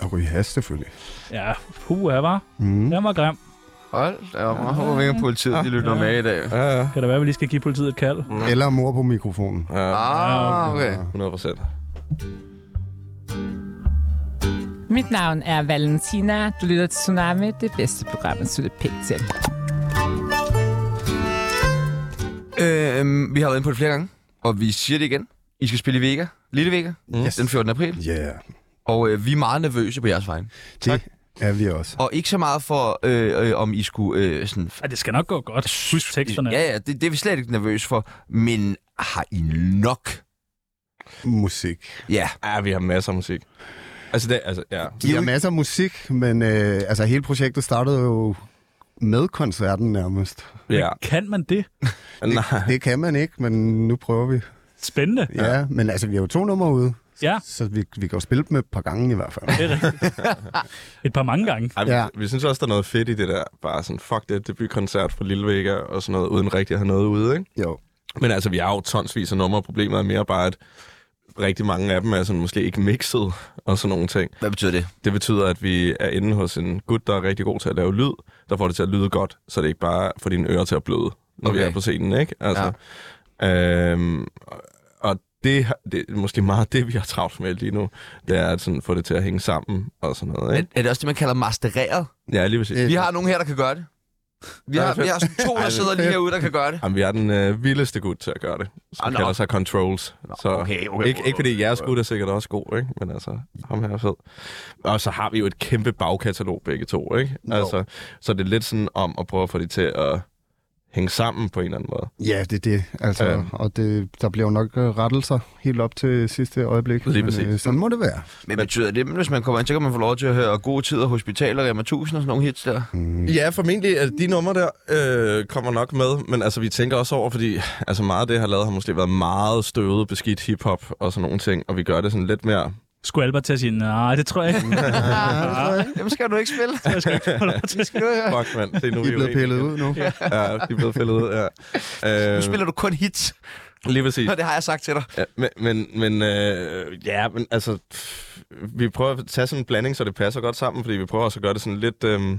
S4: Og ryge has, selvfølgelig.
S2: Ja, puha, var.
S4: Mm.
S2: Den var grim.
S1: Hold da op, Ah, jeg håber ikke, at politiet de lytter med i dag.
S6: Ja, ja.
S2: Kan det være, at vi lige skal give politiet et kald?
S4: Eller mor på mikrofonen.
S6: ja
S1: Ah, okay.
S6: 100 procent.
S10: Mit navn er Valentina. Du lytter til Tsunami, det bedste program, man slutter pænt til.
S1: Øh, vi har været inde på det flere gange, og vi siger det igen. I skal spille i Vega, Lille Vega,
S6: Mm.
S1: yes. den 14. april.
S4: Ja, yeah.
S1: Og øh, vi er meget nervøse på jeres vegne.
S4: det er vi også.
S1: Og ikke så meget for, øh, øh, om I skulle... Øh, sådan,
S2: Ja, det skal nok gå godt. Husk teksterne.
S1: ja, ja, det, det er vi slet ikke nervøse for. Men har I nok?
S4: Musik.
S1: Ja.
S6: Ja, vi har masser af musik. Altså, det, altså ja.
S4: Vi har masser af musik, men øh, altså, hele projektet startede jo med koncerten nærmest.
S6: ja.
S2: Kan man det?
S6: Nej.
S4: Det kan man ikke, men nu prøver vi.
S2: Spændende.
S4: Ja, ja. men altså, vi har jo to numre ude,
S2: Ja,
S4: så vi, vi kan jo spille dem et par gange i hvert
S6: (laughs)
S4: fald.
S2: det er rigtigt. Et par mange gange.
S6: Ej,
S4: Ja.
S6: ja. vi, vi synes også, der er noget fedt i det der. Bare sådan, fuck det, debutkoncert for Lille Vega og sådan noget, uden rigtig at have noget ude, ikke?
S4: Jo.
S6: Men altså, vi har jo tonsvis af numre, og problemet er mere bare, at rigtig mange af dem er sådan måske ikke mixet og sådan nogle ting.
S1: Hvad betyder det?
S6: Det betyder, at vi er inde hos en gut, der er rigtig god til at lave lyd, der får det til at lyde godt, så det ikke bare får dine ører til at bløde, når okay. vi
S1: Okay.
S6: er på scenen, ikke? Altså, ja. øhm, og- og det, har- det er måske meget det, vi har travlt med lige nu, det er at sådan få det til at hænge sammen og sådan noget,
S1: Men
S6: ikke?
S1: er det også det, man kalder mastereret?
S6: Ja, lige præcis.
S1: Vi har nogen her, der kan gøre det. Vi har, vi har to, der sidder lige herude, der kan gøre det.
S6: Jamen, vi er den øh, vildeste gut til at gøre det, som
S1: Ah, nå.
S6: kalder sig Controls. så
S1: okay, okay.
S6: ikke, ikke fordi jeres gut er sikkert også god, ikke? men altså, ham her er fed. Og så har vi jo et kæmpe bagkatalog begge to, ikke? Altså, så det er lidt sådan om at prøve at få det til at hænge sammen på en eller anden måde.
S4: Ja, det er det. Altså,
S6: Ja.
S4: Og det, der bliver jo nok øh, rettelser helt op til sidste øjeblik.
S6: Lige
S4: men,
S6: præcis.
S4: øh, sådan må det være.
S1: Men betyder det, hvis man kommer ind, så kan man få lov til at høre gode tider, hospitaler, Rema 1000 og sådan nogle hits der?
S6: Ja, formentlig. Altså, de numre der øh, kommer nok med, men altså, vi tænker også over, fordi altså, meget af det, jeg har lavet, har måske været meget støvet, beskidt hiphop og sådan nogle ting, og vi gør det sådan lidt mere...
S2: Skulle Albert til at sige, nej, det tror jeg (laughs) ikke.
S1: Dem skal du ikke spille.
S2: (laughs) Jeg skal ikke få lov til at sige.
S6: Fuck, mand.
S1: (laughs)
S6: Det er nu,
S4: De er
S6: jo
S4: blevet
S6: egentlig-
S4: pillet ud nu.
S6: Ja, de er blevet pillet ud, ja. Øh,
S1: Nu spiller du kun hits,
S6: Lige præcis.
S1: og det har jeg sagt til dig.
S6: Ja, men, men, men øh, ja, men altså, pff, vi prøver at tage sådan en blanding, så det passer godt sammen, fordi vi prøver også at gøre det sådan lidt øh,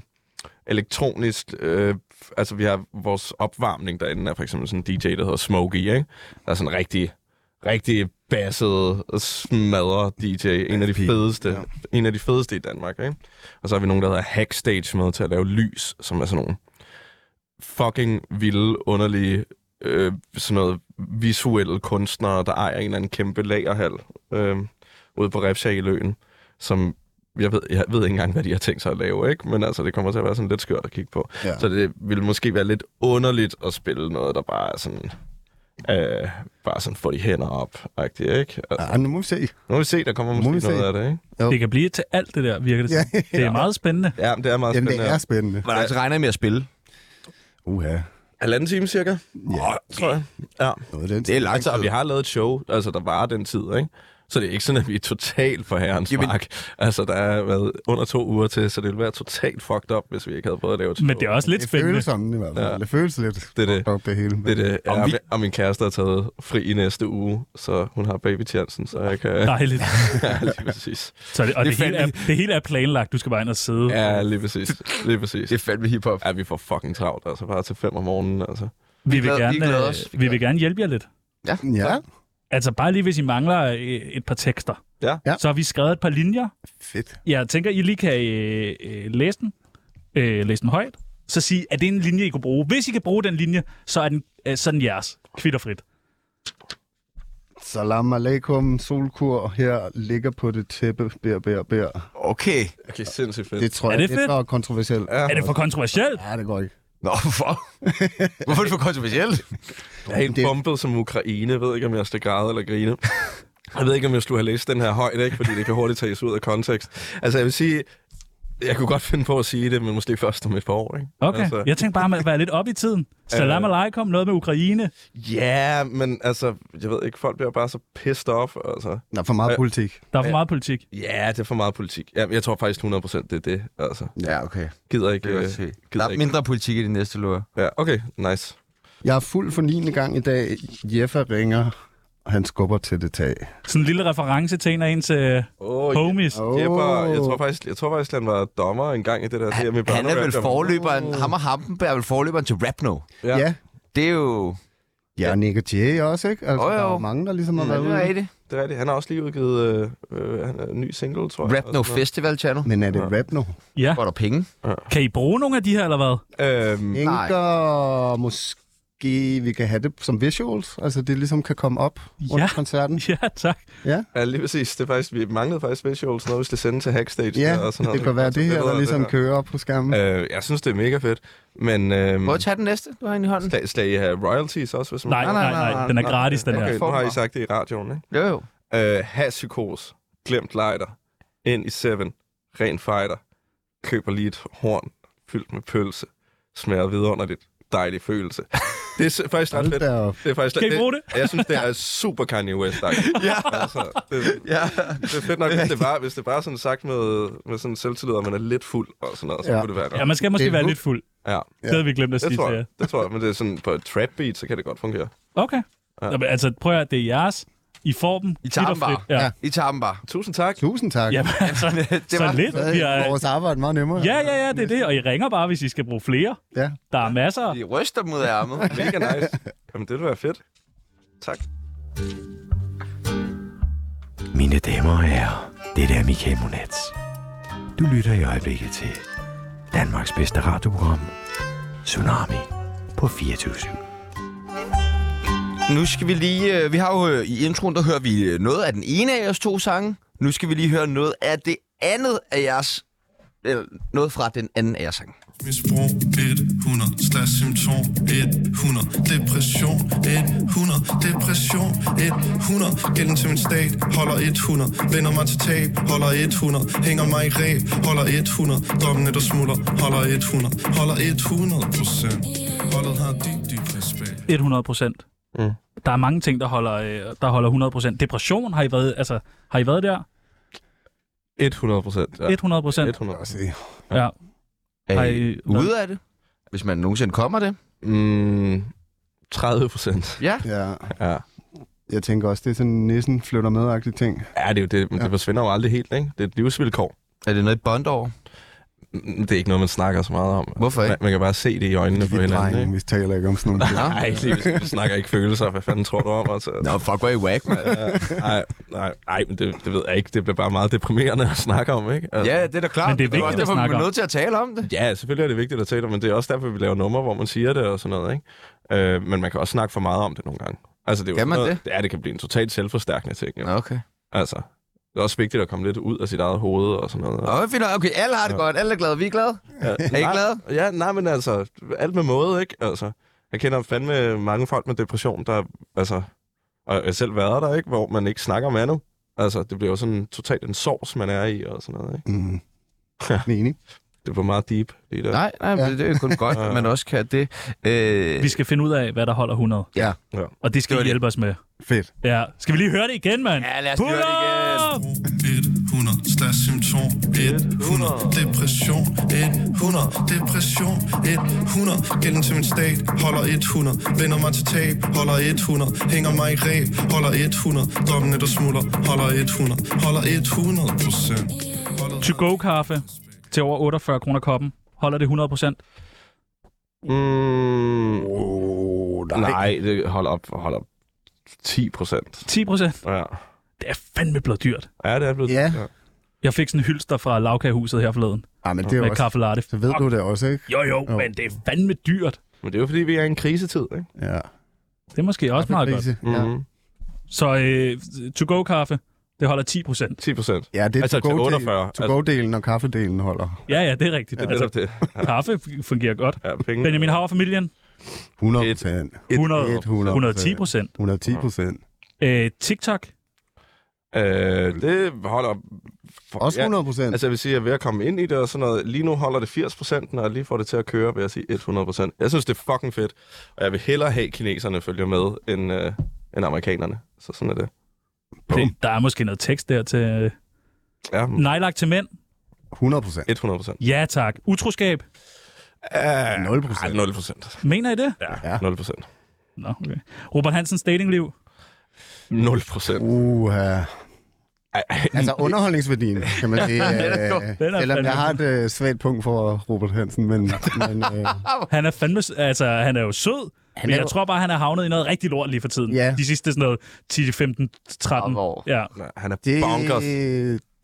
S6: elektronisk. Øh, altså, vi har vores opvarmning derinde, er for eksempel sådan en DJ, der hedder Smokey, ikke? Der er sådan en rigtig, rigtig basset, smadrer DJ. En af de fedeste, ja. en af de fedeste i Danmark, ikke? Og så har vi nogen, der hedder Hackstage med til at lave lys, som er sådan nogle fucking vilde, underlige, øh, sådan noget visuelle kunstnere, der ejer en eller anden kæmpe lagerhal øh, ude på Refsha i Løen, som jeg ved, jeg ved ikke engang, hvad de har tænkt sig at lave, ikke? men altså, det kommer til at være sådan lidt skørt at kigge på.
S4: Ja.
S6: Ja. Så det vil måske være lidt underligt at spille noget, der bare er sådan... Øh, bare sådan få de hænder op, agtigt, ikke? Og,
S4: Ja, Ah, nu må vi se.
S6: nu må vi se, der kommer
S4: Må
S6: måske
S4: vi
S6: noget
S4: se.
S6: af det, ikke?
S2: Det kan blive til alt det der, virker det
S4: Ja.
S2: ja, ja. Det er meget spændende.
S6: Ja, men det er meget
S4: Jamen, det
S6: spændende. altså,
S4: er spændende.
S1: Hvor lang tid regner jeg med at spille?
S4: Uha.
S6: Halvanden time cirka,
S4: Ja,
S6: tror jeg. Ja.
S4: noget af den.
S1: Det er lang
S6: Altså,
S1: tid.
S6: og vi har lavet et show, altså, der varer den tid, ikke? Så det er ikke sådan, at vi er totalt for herrens
S1: Jamen-
S6: Jamen. mark. Altså, der er været under to uger til, så det ville være totalt fucked up, hvis vi ikke havde prøvet at lave et show.
S2: Men det er også lidt
S4: Det
S2: spændende.
S4: føles sådan i hvert fald.
S6: Ja.
S4: Det føles lidt
S6: Det er det.
S4: fucked Op, det hele. men-
S6: Det er det.
S1: Om
S6: Ja,
S1: vi-
S6: vi... Og min kæreste er taget fri i næste uge, så hun har baby chancen, så jeg kan...
S2: Dejligt.
S6: (laughs) ja, lige præcis.
S2: Så det, og
S1: Det
S2: det,
S1: er
S2: det, hele er, det hele er planlagt. Du skal bare ind og sidde.
S6: Ja, lige præcis. Lige præcis.
S1: Det er fandme hiphop.
S6: Ja, vi får fucking travlt, altså. Bare til fem om morgenen, altså.
S2: vi, vil
S1: glæder- vi
S2: gerne,
S1: glæder
S2: øh,
S1: os. Vi
S2: vi,
S1: glæder
S2: vil gerne hjælpe jer lidt.
S4: Ja,
S2: Altså bare lige, hvis I mangler øh, et par tekster.
S6: Ja.
S4: Ja.
S2: Så har vi skrevet et par linjer.
S4: fedt.
S2: Jeg tænker, I lige kan øh, øh, læse den. Øh, læse den højt. Så sige, at det er en linje, I kan bruge. Hvis I kan bruge den linje, så er den, øh, så er den jeres. Kvitterfrit.
S4: Salam alaikum, solkur her, ligger på det tæppe, bær, bær, bær.
S1: Okay.
S6: Okay, sindssygt fedt.
S4: Det tror
S2: Er
S4: jeg
S2: det
S4: lidt
S2: fedt?
S4: er kontroversielt.
S2: Er det for kontroversielt?
S4: Ja, det går ikke.
S1: Nå, hvorfor? Hvorfor er det for kontroversielt?
S6: Jeg er helt
S4: Det-
S6: bumpet som Ukraine. Jeg ved ikke, om jeg skal græde eller
S4: (laughs)
S6: grine. Jeg ved ikke, om jeg skulle have læst den her højt, ikke? fordi det kan hurtigt tages ud af kontekst. Altså, jeg vil sige, jeg kunne godt finde på at sige det, men måske først om et par år. Ikke?
S2: Okay.
S6: Altså,
S2: Jeg tænkte bare med at være lidt op i tiden. Salam alaikum, noget med Ukraine.
S6: ja, men altså, jeg ved ikke, folk bliver bare så pissed off. Altså.
S4: Der er for meget
S6: Øh.
S4: politik.
S2: Der er for meget politik.
S6: Ja, det er for meget politik. Ja, jeg tror faktisk 100% det er det. Altså,
S1: Ja, okay.
S6: gider ikke.
S1: Det kan jeg
S6: øh,
S1: godt se. Der
S6: gider
S1: er
S6: ikke.
S1: mindre politik i de næste løber.
S6: Ja, okay, nice.
S4: Jeg er fuld for 9. gang i dag. Jeffa ringer, og han skubber til det tag.
S2: Sådan en lille reference til en af ens øh,
S6: Oh,
S2: homies.
S4: Åh.
S6: Jepper, jeg tror faktisk, jeg tror faktisk, han var dommer en gang i det der.
S1: Han,
S6: med
S1: han er vel
S6: børnerap.
S1: forløberen, Uh. ham og Hampenberg er vel forløberen til rap nu.
S4: Ja,
S6: Ja.
S4: ja.
S1: Det er jo...
S4: ja og Nick og Jay også, ikke? Altså,
S1: Jo, jo.
S4: der er jo mange, der ligesom har været
S1: Hvad er
S4: ude.
S1: det?
S6: Det er rigtigt. Han har også lige udgivet øh, øh, han er en ny single, tror jeg.
S1: Rap No Festival Channel.
S4: Men er det rap nu?
S2: Ja.
S1: Hvor er der penge?
S2: Kan I bruge nogle af de her, eller hvad? (laughs)
S6: Øhm,
S4: Inker, måske vi kan have det som visuals. Altså, det ligesom kan komme op under
S2: Ja.
S4: koncerten.
S2: Ja, tak.
S6: ja, lige præcis. Det er faktisk, vi manglede faktisk visuals, noget vi skal sende til Hackstage.
S4: Ja,
S6: der og sådan Altså,
S4: det kan være det her, der ligesom kører op på skærmen.
S6: Øh, jeg synes, det er mega fedt. Men øhm,
S1: Prøv at tage den næste, du har inde i hånden.
S6: skal, skal I have royalties også? Hvis man...
S2: Nej, nej, nej, nej. Den er gratis, den
S6: okay,
S2: her.
S6: nu har I sagt det i radioen, ikke?
S1: Jo, jo.
S6: Øh, ha' psykos. Glemt lighter. Ind i Seven. Ren fighter. Køber lige et horn fyldt med pølse. Smager vidunderligt. Dejlig følelse. Det er s- faktisk ret
S4: Hold
S6: fedt.
S4: da op.
S6: Det er faktisk,
S2: Kan I bruge
S6: det? Jeg synes, det er super Kanye west
S4: (laughs)
S6: ja. Altså, det, ja. det er (laughs) fedt nok, hvis det bare, hvis det bare er sådan sagt med, med sådan selvtillid, og man er lidt fuld og sådan noget, så
S4: Ja.
S6: ja. kunne det være godt.
S2: Ja, man skal
S4: Det
S2: måske
S4: er
S2: være
S4: nu.
S2: lidt fuld.
S6: Ja,
S2: Det havde vi glemt at
S6: det
S2: sige
S6: tror
S2: til jer.
S6: jeg. Det tror jeg, men det er sådan på et trap beat, så kan det godt fungere.
S2: Okay.
S6: Ja.
S2: Ja. Altså, prøv at høre, det er jeres. I får dem.
S1: I tager dem bare.
S2: Ja. ja.
S1: I tager dem bare.
S6: Tusind tak.
S4: Tusind
S1: (laughs)
S4: tak.
S2: Jamen, altså, det var, så lidt.
S4: Hvad,
S2: Vi er,
S4: Vores arbejde er meget nemmere.
S2: ja, ja, ja, det er det. Og I ringer bare, hvis I skal bruge flere.
S4: Ja.
S2: Der er masser.
S1: De ryster dem ud af ærmet.
S6: Mega (laughs) nice. Jamen, det vil være fedt. Tak.
S11: Mine damer og herrer, det er Michael Monats. Du lytter i øjeblikket til Danmarks bedste radioprogram, Tsunami på 24
S1: Nu skal vi lige... Øh, vi har jo øh, i introen, der hører vi øh, noget af den ene af jeres to sange. Nu skal vi lige høre noget af det andet af jeres... Eller noget fra den anden af jeres sang.
S3: Misbrug 100 Slash symptom 100 Depression 100 Depression 100 Gælden til min stat Holder 100 Vender mig til tab Holder 100 Hænger mig i ræb Holder 100 Dommene der smutter Holder 100 Holder 100 procent Holdet har dyb dyb respekt
S2: 100 procent.
S6: Mm.
S2: Der er mange ting, der holder, øh, der holder 100 procent. Depression, har I været, altså, har I været der?
S6: 100 procent. Ja.
S2: 100 procent.
S6: 100
S4: Altså,
S2: Ja.
S1: Er
S2: Har
S1: I
S2: I-
S1: ude af det? Hvis man nogensinde kommer det.
S6: Mm, 30 procent.
S1: Ja.
S4: ja.
S6: Ja.
S4: Jeg tænker også, det er sådan en næsten flytter med ting.
S6: ja, det er jo det. Men det forsvinder jo aldrig helt, ikke? Det er et livsvilkår.
S1: Er det noget i bond over?
S6: Mm, Det er ikke noget, man snakker så meget om.
S1: Hvorfor ikke?
S6: Man, man kan bare se det i øjnene på
S4: Vi
S6: hinanden,
S4: drenge,
S6: ikke?
S4: vi taler ikke om
S6: (laughs)
S4: sådan noget.
S6: Nej, lige- vi snakker ikke følelser. Hvad fanden tror du om? (laughs) Altså?
S1: Nå, fuck, hvor er I whack, mand.
S6: Ja, nej, nej, nej, men det, det ved jeg ikke. Det bliver bare meget deprimerende at snakke om, ikke? Altså,
S1: Ja, det er da klart.
S2: Men det er vigtigt
S1: også
S2: at
S1: derfor, vi
S2: snakke
S1: er
S2: om.
S1: nødt til at tale om det.
S6: Ja, selvfølgelig er det vigtigt at tale om, men det er også derfor, vi laver numre, hvor man siger det og sådan noget, ikke? Øh, men man kan også snakke for meget om det nogle gange. Altså, det er jo
S1: Kan
S6: sådan
S1: man
S6: noget, det? Ja, det kan blive en totalt selvforstærkende ting, jo.
S1: Nå, okay.
S6: Altså, det er også vigtigt at komme lidt ud af sit eget hoved og sådan noget.
S1: Nå, fint. nok. Okay, alle har det godt. Alle er glade. Vi er glade.
S6: Ja,
S1: Er I glade?
S6: Ja, nej, men altså, alt med måde, ikke? Altså, jeg kender fandme mange folk med depression, der, altså, og jeg har selv været der, ikke? Hvor man ikke snakker med andet. Altså, det bliver jo sådan totalt en sovs, man er i og sådan noget, ikke?
S4: Mm.
S6: Ja.
S4: Enig.
S6: Det var meget deep, lige der.
S1: Nej, nej, men det er jo kun godt, at man også kan det. Øh,
S2: Vi skal finde ud af, hvad der holder 100.
S1: Ja.
S6: Ja.
S2: Og det skal
S1: Det var
S2: det I
S1: det.
S2: hjælpe os med.
S4: Fedt.
S2: Ja. Skal vi lige høre det igen, mand?
S1: Ja, lad os lige høre det igen.
S2: Pull up!
S3: 100 Slash symptom 100 Depression 100 Depression 100 Gælden til min stat Holder 100 Vender mig til tab Holder 100 Hænger mig i ræb Holder 100 Dommene der smutter Holder 100 Holder 100 procent
S2: To-go-kaffe til over 48 kroner koppen. Holder det 100 procent?
S6: Mm,
S4: Oh,
S6: nej, det, hold op, hold op. 10 procent.
S2: 10 procent?
S6: Ja.
S2: Det er fandme blevet dyrt.
S6: ja, det er blevet...
S4: Ja.
S2: Jeg fik sådan en hylster fra lavkagehuset her forleden.
S4: Ja, men det er
S2: med
S4: også...
S2: kaffe latte.
S4: Så ved du det også, ikke?
S2: Jo, jo,
S4: Jo.
S2: men det er fandme dyrt.
S6: Men det er jo, fordi vi er i en krisetid, ikke?
S4: Ja.
S2: Det er måske også meget godt.
S4: Kaffekrise. Ja.
S6: Mm.
S2: Så øh, to-go-kaffe, det holder 10 procent.
S6: 10 procent.
S4: ja, det er
S6: Altså, til
S4: to-go-delen-
S6: 48.
S4: To-go-delen og kaffedelen holder.
S2: Ja, ja, det er rigtigt.
S6: Det er
S2: altså,
S6: netop det.
S2: kaffe f- fungerer godt.
S6: Ja, penge.
S2: Benjamin Hauer-familien,
S4: 100
S6: Et-
S4: procent.
S2: 100,
S4: 100
S2: 110 procent.
S4: 110 procent.
S2: Øh, TikTok,
S6: Øh, det holder... For,
S4: Også 100 procent.
S6: Altså, jeg vil sige, at jeg er ved at komme ind i det og sådan noget. Lige nu holder det 80 procent, når jeg lige får det til at køre, vil jeg sige 100 procent. Jeg synes, det er fucking fedt. Og jeg vil hellere have, at kineserne følger med, end, øh, end amerikanerne. Så sådan er det.
S2: det, der er måske noget tekst der til... Øh,
S6: Ja,
S2: nejlagt til mænd,
S4: 100 procent.
S6: 100 procent.
S2: ja tak. Utroskab,
S6: Uh,
S4: 0 procent.
S6: 0 procent.
S2: mener I det?
S6: Ja, 0 procent.
S2: Nå, okay. Robert Hansens datingliv,
S6: 0
S4: Uh.
S6: procent.
S4: Uha. Altså underholdningsværdien, kan man sige. Øh,
S2: Den er
S4: Selvom
S2: fandme
S4: jeg har et øh, svagt punkt for Robert Hansen, men, men øh,
S2: han er fandme... s- Altså, han er jo sød, han men
S4: er
S2: jeg
S4: jo-
S2: tror bare, han er havnet i noget rigtig lort lige for tiden.
S4: Ja.
S2: De sidste sådan noget 10, 15, 13
S1: 30 år.
S2: Ja,
S6: Han er
S4: det,
S6: bonkers.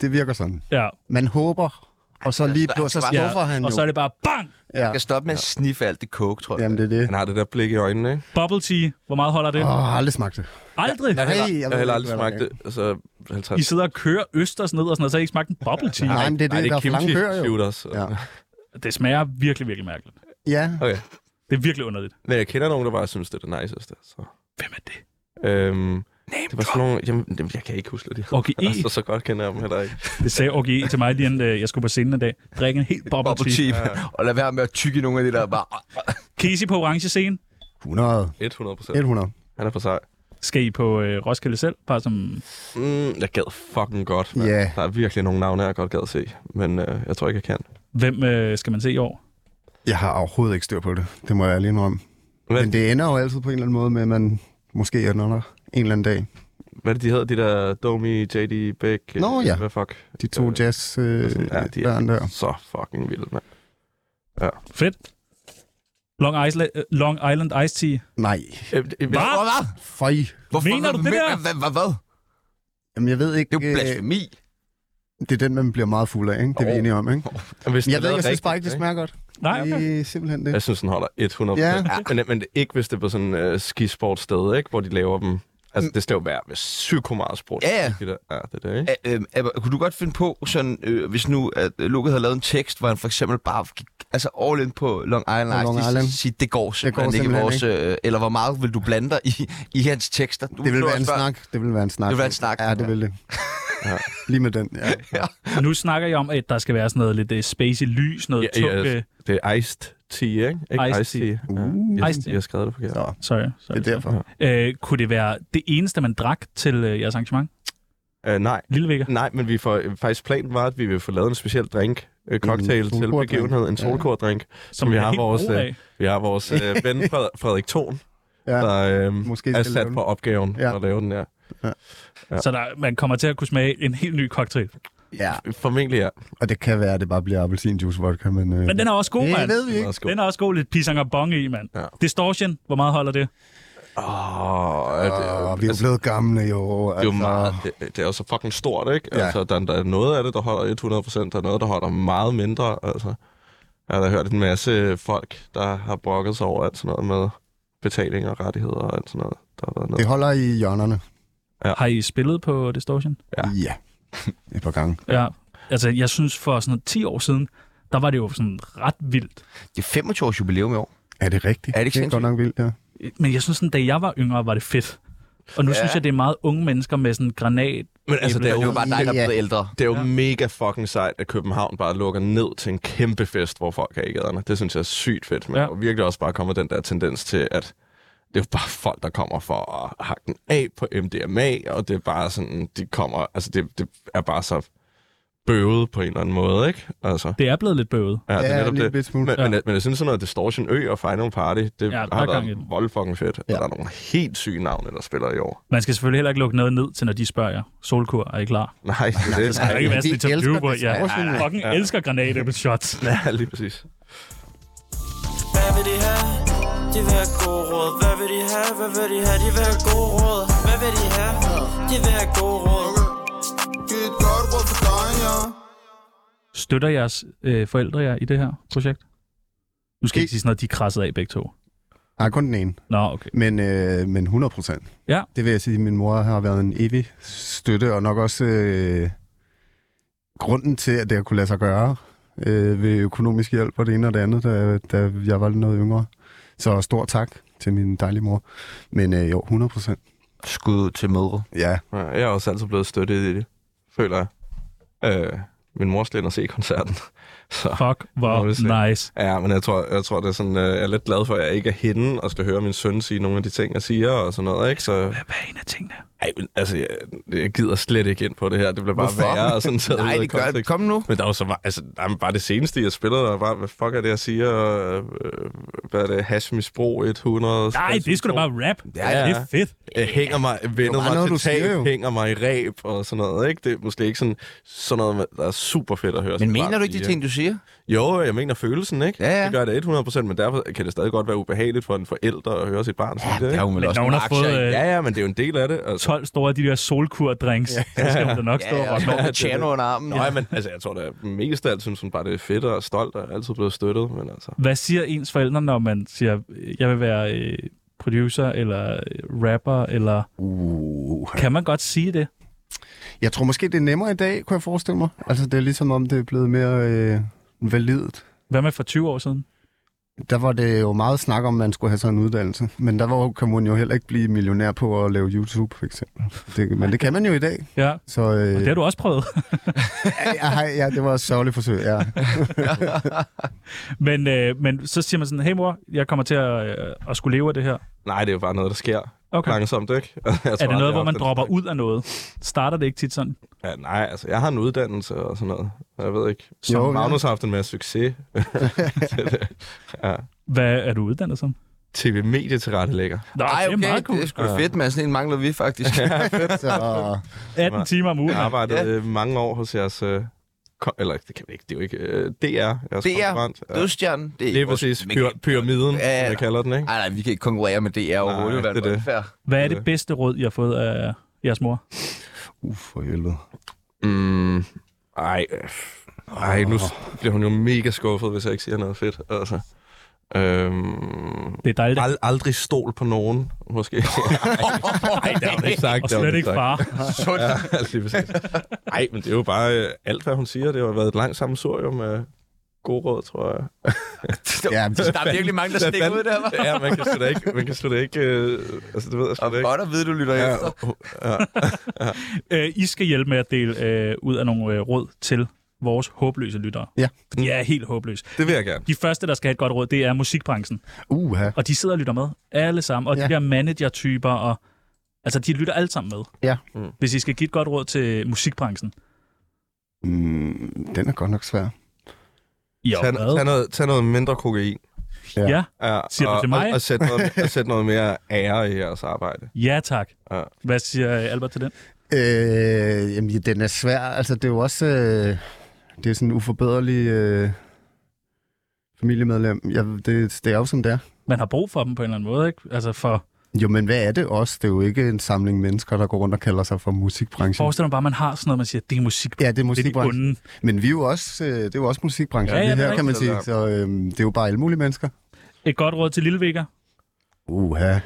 S4: det virker sådan.
S2: ja.
S4: Man håber, og så lige
S1: der-
S4: pludselig, så
S1: der-
S4: skuffer han jo.
S2: Og så er det bare bang!
S4: ja.
S1: Jeg skal stoppe med at sniffe alt det coke, tror jeg.
S4: Jamen, det er det.
S6: Han har det der blik i øjnene, ikke?
S2: Bubble tea, hvor meget holder det?
S4: Åh, oh, aldrig smagt det.
S2: Aldrig!
S4: Hey,
S6: Jeg, jeg
S4: ved
S6: har heller
S4: ikke,
S6: aldrig
S4: hvad
S6: smagt
S4: der er.
S6: det. Altså, 50.
S2: I sidder og kører østers ned og sådan noget, så har I ikke smagt en bubble tea.
S4: Nej, men det er det, der er for lange køer, jo.
S6: shooters.
S4: Ja.
S6: Ja.
S2: Det smager virkelig, virkelig mærkeligt.
S4: Ja,
S6: Okay.
S2: Det er virkelig underligt.
S6: Men jeg kender nogen, der bare synes, det er det niceste. Så.
S2: Hvem er det?
S6: Øhm, det var sådan nogle... Jamen, dem- jeg kan ikke huske, hvad de hedder.
S4: (laughs)
S2: Okay, (laughs) I.
S6: Altså, så godt kender jeg dem heller ikke.
S2: E. Det sagde OGE til mig lige inden øh, jeg skulle på scenen en dag. Drikke en helt bubble,
S1: Bubble
S2: tea.
S1: tea. Og lad være med at tykke nogle af de der bare...
S2: Casey på orange scene.
S4: 100.
S6: 100 procent.
S4: 100.
S6: Han er for sej.
S2: Skal I på øh, Roskilde selv? Bare som...
S6: Mm, jeg gad fucking godt. mand.
S4: Ja.
S6: Der er virkelig nogle navne, jeg godt gad at se. Men øh, jeg tror ikke, jeg kan.
S2: Hvem øh, skal man se i år?
S4: Jeg har overhovedet ikke styr på det. Det må jeg ærlig indrømme.
S6: Men,
S4: Men det ender jo altid på en eller anden måde med, at man måske er under en eller anden dag.
S6: hvad er det, de hedder, de der Domi, J.D. Beck? øh,
S4: Nå ja.
S6: Hvad fuck?
S4: De to jazz øh,
S6: Ja, de
S4: børn
S6: er
S4: der.
S6: så fucking vilde, mand. Ja.
S2: Fedt. Long Island, øh, Long Island Ice Tea.
S4: Nej.
S2: Hvad?
S1: Hvad?
S4: Fej.
S1: Hvorfor?
S2: Mener du det
S1: Men-
S2: der?
S1: Hvad? Hvad? hvad?
S4: Jamen, jeg ved ikke... øh,
S1: Det er jo blasfemi.
S4: Det er den, man bliver meget fuld af, ikke? Det er vi enige om, ikke?
S6: Hvis den
S4: jeg
S6: er
S4: ved ikke,
S6: lavet
S4: jeg synes bare
S6: rigtigt, Altså,
S4: ikke, det smager godt.
S2: Nej, okay.
S4: Det er simpelthen det.
S6: Jeg synes, den holder 100
S4: Ja.
S6: ja. men, men ikke, hvis det er på sådan et øh, skisportsted, ikke? Hvor de laver dem.
S4: Mm.
S6: Altså, det skal jo være med sygt meget sprut.
S1: Ja, ja.
S6: Det der. ja, det er det, ikke?
S1: Æ, øh, Abba, kunne du godt finde på, sådan, øh, hvis nu at øh, Lukas havde lavet en tekst, hvor han for eksempel bare gik altså all in på Long Island,
S4: Long
S1: Ice Tea, så
S4: Island.
S1: Sige, det går simpelthen,
S4: går
S1: det går
S4: simpelthen
S1: ikke i vores... Øh, eller hvor meget vil du blande dig i, i hans tekster? Du
S4: Det vil
S1: så
S4: være en
S1: spørge-
S4: snak. Det vil være en snak.
S1: Det vil være en snak.
S4: Ja, det vil det.
S6: Ja.
S4: Lige med den, ja.
S2: Nu snakker jeg om, at der skal være sådan noget lidt øh, spacey lys, noget
S6: Ja,
S2: tung...
S6: ja,
S2: øh,
S6: det er iced tea, ikke? ikke
S2: Iced
S6: iced tea. tea.
S4: Uh,
S6: Jeg,
S2: Iced tea.
S6: jeg har skrevet det forkert.
S4: så.
S2: Sorry. sorry.
S4: Det er derfor.
S2: Øh, kunne det være det eneste, man drak til øh, jeres arrangement?
S6: Uh, nej.
S2: Lillevækker?
S6: nej, men vi får, øh, faktisk planen var, at vi ville få lavet en speciel drink, øh, cocktail til
S4: solkordrink.
S6: begivenheden, en
S4: Ja.
S6: solkordrink, som,
S2: vi
S6: vi
S2: er
S6: har
S2: helt
S6: vores,
S2: brune af.
S6: øh, vi har vores
S4: (laughs)
S6: øh, ven Fred- Frederik Thorn,
S4: Ja.
S6: der øh,
S4: Måske
S6: er
S4: skal
S6: sat
S4: lave den.
S6: på opgaven
S4: Ja.
S6: ja. at lave den der.
S2: Så der, man kommer til at kunne smage en helt ny cocktail.
S4: ja.
S6: Formentlig ja.
S4: Og det kan være, at det bare bliver appelsinjuice vodka, men... Øh,
S2: Men den er også god,
S4: det
S2: mand.
S4: ved vi ikke.
S6: Meget skål.
S2: Den er også god lidt pisang og bong i, mand.
S6: Ja.
S2: Distortion, hvor meget holder det?
S6: Åh, er det-
S4: Åh, vi er jo
S6: altså,
S4: blevet gamle, jo.
S6: det er jo
S4: altså.
S6: meget, det, det er jo så fucking stort, ikke?
S4: Ja.
S6: Ja. Altså, der, der er noget af det, der holder 100%, der er noget, der holder meget mindre, altså. Jeg har da hørt en masse folk, der har brokket sig over alt sådan noget med betaling og rettigheder og alt sådan noget. Der har været noget.
S4: Det holder i hjørnerne.
S2: Har I spillet på Distortion?
S6: Ja.
S4: Ja. Et par gange.
S2: Ja. Altså, jeg synes, for sådan 10 år siden, der var det jo sådan ret vildt.
S1: Det er 25 års jubilæum i år.
S4: Er det rigtigt?
S1: Er det ikke
S4: det er godt nok vildt, ja.
S2: Men jeg synes, sådan, da jeg var yngre, var det fedt. Og nu ja. synes jeg, det er meget unge mennesker med sådan en granat.
S6: Men altså, det er
S1: Det
S6: jo,
S1: var bare dig, der
S4: Ja.
S1: blev ældre.
S6: det er jo ja. mega fucking sejt, at København bare lukker ned til en kæmpe fest, hvor folk er i gaderne. Det synes jeg er sygt fedt, men
S2: Ja.
S6: ja. der er virkelig også bare kommer den der tendens til, at det er jo bare folk, der kommer for at hakke den af på MDMA, og det er bare sådan, de kommer, altså det, det er bare så bøvet på en eller anden måde, ikke? Altså,
S2: Det er blevet lidt bøvet.
S6: ja, det
S4: Ja,
S6: er netop
S4: en lille bit
S6: det.
S4: smule.
S6: Men, ja. men, men, jeg synes sådan noget Distortion Ø og Final Party, det ja,
S2: der er
S6: har
S2: gang i den.
S6: været voldfucking fedt.
S4: Ja.
S6: Ja. Og der er nogle helt syge navne, der spiller i år.
S2: Man skal selvfølgelig heller ikke lukke noget ned til, når de spørger jer. Solkur, er I klar? (laughs)
S6: Nej, det, er
S2: Det skal
S6: det,
S2: ikke være
S4: de
S2: sådan et interview,
S4: elsker
S2: hvor jeg
S4: Distortion,
S2: ja,
S4: jo.
S2: fucking elsker granatæbleshots.
S6: (laughs)
S2: (laughs)
S6: ja, lige præcis.
S7: Hvad vil de have? De vil have gode råd. Hvad vil de have? Hvad vil de have? De vil have gode råd. Hvad vil de have? De vil have gode råd.
S9: Giv et godt råd for dig, ja.
S2: Støtter jeres øh, forældre jer i det her projekt? Nu skal jeg ikke sige sådan noget, de er krasset af begge to.
S4: Nej, kun den ene.
S2: Nå, okay.
S4: Men, øh, men 100 procent.
S2: Ja.
S4: Det vil jeg sige, at min mor har været en evig støtte, og nok også øh, grunden til, at det har kunne lade sig gøre øh, ved økonomisk hjælp og det ene og det andet, da, da jeg var noget yngre. Så stor tak til min dejlige mor. Men øh, jo, 100 procent.
S1: Skud til mødre.
S4: Ja,
S6: Ja, jeg er også altid blevet støttet i det, føler jeg. Øh, min mor skal ind og se koncerten. (laughs)
S1: Ah,
S6: Så,
S2: Fuck,
S6: Nå, det er
S2: hvor
S6: slet-
S2: nice.
S6: ja, men jeg tror, jeg tror det er sådan, øh, jeg er lidt glad for, at jeg ikke er hende, og skal høre min søn sige nogle af de ting, jeg siger og sådan noget, ikke? Så,
S2: Hvad er en af tingene?
S6: ej, men, altså, jeg, jeg, gider slet ikke ind på det her. Det bliver bare
S1: Hvorfor?
S6: værre og sådan
S1: (laughs)
S6: taget
S1: Nej,
S6: ud af
S1: det gør det.
S6: kontekst.
S1: Kom nu.
S6: Men der var så meget, altså, der var bare det seneste, jeg spillede, der var bare, hvad fuck er det, jeg siger? Øh, hvad er det? Hashmisbrug 100?
S2: Nej, det er sgu da bare rap.
S6: Ja,
S2: Ja, det
S6: ja.
S2: er fedt.
S6: øh, hænger mig,
S4: Det var
S6: vender mig
S4: noget,
S6: noget,
S4: du
S6: til tab,
S4: siger jo.
S6: hænger mig i ræb og sådan noget, ikke? Det er måske ikke sådan, sådan noget, der er super fedt at høre.
S1: Men
S6: som
S1: mener
S6: barn
S1: du ikke de
S6: sige.
S1: ting, du siger?
S6: Jo, jeg mener følelsen, ikke?
S1: Ja, ja.
S6: Det gør det 100%, men derfor kan det stadig godt være ubehageligt for en forælder at høre sit barn sige det,
S1: Det er
S6: ikke?
S1: jo vel
S2: Men
S1: også
S2: når hun
S1: nogle
S2: har
S1: aktier
S2: fået,
S1: i.
S2: øh,
S6: Ja, ja, men det er jo en del af det. Altså.
S2: 12 store af de der solkur-drinks. Ja. Så skal hun da nok stå
S1: Ja,
S2: og
S1: ja, og
S2: råbe.
S1: med Tjerno under armen.
S6: Nå, ja. men altså, jeg tror da mest af alt synes hun bare, det er fedt og stolt og er altid blevet støttet, men altså...
S2: Hvad siger ens forældre, når man siger, øh, jeg vil være øh, producer eller øh, rapper? Eller...
S4: uh,
S2: Kan man godt sige det?
S4: Jeg tror måske, det er nemmere i dag, kunne jeg forestille mig. Altså, det er ligesom om, det er blevet mere øh, validt.
S2: Hvad med for 20 år siden?
S4: Der var det jo meget snak om, at man skulle have sådan en uddannelse. Men der var, jo- kan man jo heller ikke blive millionær på at lave YouTube, for eksempel. Det, men det kan man jo i dag.
S2: Ja.
S4: Så øh,
S2: Og det har du også prøvet. (laughs)
S4: ja, hej, ja, det var et sørgeligt forsøg, ja.
S2: men, øh, men så siger man sådan, hey mor, jeg kommer til at, øh, at skulle leve af det her.
S6: Nej, det er jo bare noget, der sker
S2: Okay.
S6: langsomt, ikke? (laughs) Jeg tror,
S2: Er det
S6: aldrig,
S2: noget,
S6: jeg
S2: hvor
S6: har
S2: man
S6: haft den
S2: dropper ud af noget? Starter det ikke tit sådan?
S6: Ja, nej, altså, jeg har en uddannelse og sådan noget. og Jeg ved ikke. Så
S4: Jo,
S6: jo,
S4: ja.
S6: Magnus har haft en masse succes.
S2: Hvad er du uddannet som?
S6: TV-medietilrettelægger.
S2: Nå,
S1: Ej,
S2: det er
S1: okay,
S2: meget cool.
S1: det er sgu da fedt, man. Sådan en mangler vi faktisk. (laughs)
S6: Ja, fedt.
S1: Så-
S2: 18 timer om ugen.
S6: Jeg arbejdede ja. mange år hos jeres... Øh, ko- eller det kan vi ikke, det er jo ikke... Øh, DR, jeres
S1: DR,
S6: konkurrent. Ja.
S1: dødstjernen. Det er
S6: Lige
S1: vores-
S6: præcis.
S1: vi kan-
S6: Pyra- pyramiden,
S1: Ja, ja.
S6: som jeg kalder den, ikke?
S1: Nej, nej, vi kan ikke konkurrere med DR overhovedet. Nej, det er det. Fair.
S2: Hvad er det bedste råd, I har fået af jeres mor?
S4: Uff, for helvede.
S6: Mm, ej, øh, ej, nu s- bliver hun jo mega skuffet, hvis jeg ikke siger noget fedt. Altså. Øhm,
S2: det er dejligt.
S6: Ald- aldrig stol på nogen, måske. Nej, det har hun ikke sagt.
S2: Og
S6: det har hun
S2: slet ikke
S6: sagt.
S2: far. Sundt.
S6: ja, (laughs) lige præcis. Ej, men det er jo bare øh, alt, hvad hun siger. Det har været et langt sammensurium med gode råd, tror jeg.
S1: Ja, men der er virkelig mange, der stikker ud der, hva'?
S6: Ja, man kan slet ikke... Man kan slet ikke øh, altså, det ved jeg slet ikke.
S1: Godt at vide, du lytter
S6: Ja,
S1: efter.
S6: ja.
S2: Øh, I skal hjælpe med at dele øh, ud af nogle øh, råd til vores håbløse lyttere.
S4: Ja.
S2: For de er helt håbløse.
S6: Det vil jeg gerne.
S2: De første, der skal have et godt råd, det er musikbranchen.
S4: Uha.
S2: Og de sidder og lytter med. Alle sammen. Og ja.
S4: Ja.
S2: de der manager-typer. Og, altså, de lytter alle sammen med.
S4: Ja.
S6: Mm.
S2: Hvis I skal give et godt råd til musikbranchen.
S4: Mm, den er godt nok svær.
S2: I
S6: Tag, tag, noget, tag noget mindre kokain.
S4: Ja.
S2: Ja.
S6: Ja,
S2: Siger du
S6: og,
S2: til mig?
S6: Og, og sæt noget, og sæt noget mere ære i jeres arbejde.
S2: Ja, tak.
S6: Ja.
S2: Hvad siger øh, Albert til den?
S4: Øh, jamen, ja, den er svær. Altså, det er jo også... Øh, det er sådan en uforbederlig øh, familiemedlem. Jeg, det, det er jo, som det er.
S2: Man har brug for dem på en eller anden måde, ikke? Altså, for...
S4: Jo, men hvad er det også? Det er jo ikke en samling mennesker, der går rundt og kalder sig for musikbranchen.
S2: Forestil dig bare, at man har sådan noget, man siger, det er musik.
S4: Ja, det er
S2: Det er
S4: musikbranchen.
S2: de
S4: Men vi er jo også, øh, det er jo også musikbranchen,
S2: Ja,
S4: ja,
S2: ja,
S4: ja,
S2: det er
S4: her, kan man
S2: rigtigt.
S4: sige. Så øh, det er jo bare alle mulige mennesker.
S2: onde. et godt råd til Lillevækker.
S4: Uha.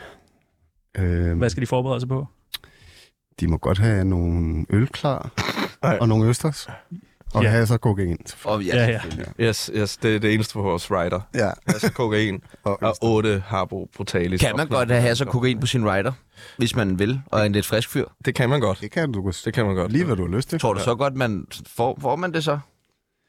S4: Øh,
S2: Hvad skal de forberede sig på?
S4: de må godt have nogle øl klar,
S6: Ej.
S4: og nogle østers. Og
S2: Ja.
S4: ja. have så kokain.
S1: Og ja,
S2: Ja,
S1: ja,
S2: ja.
S1: ja.
S6: Yes, yes, det er det eneste for vores rider.
S4: Ja.
S6: Altså kokain og, og 8 Harbo Brutalis.
S1: Kan man godt have så kokain på sin rider, hvis man vil, og er en lidt frisk fyr?
S6: Det kan man godt.
S4: Det kan du godt.
S6: Det kan man godt.
S4: Lige hvad du har lyst til.
S1: Tror du så godt, man får, får man det så?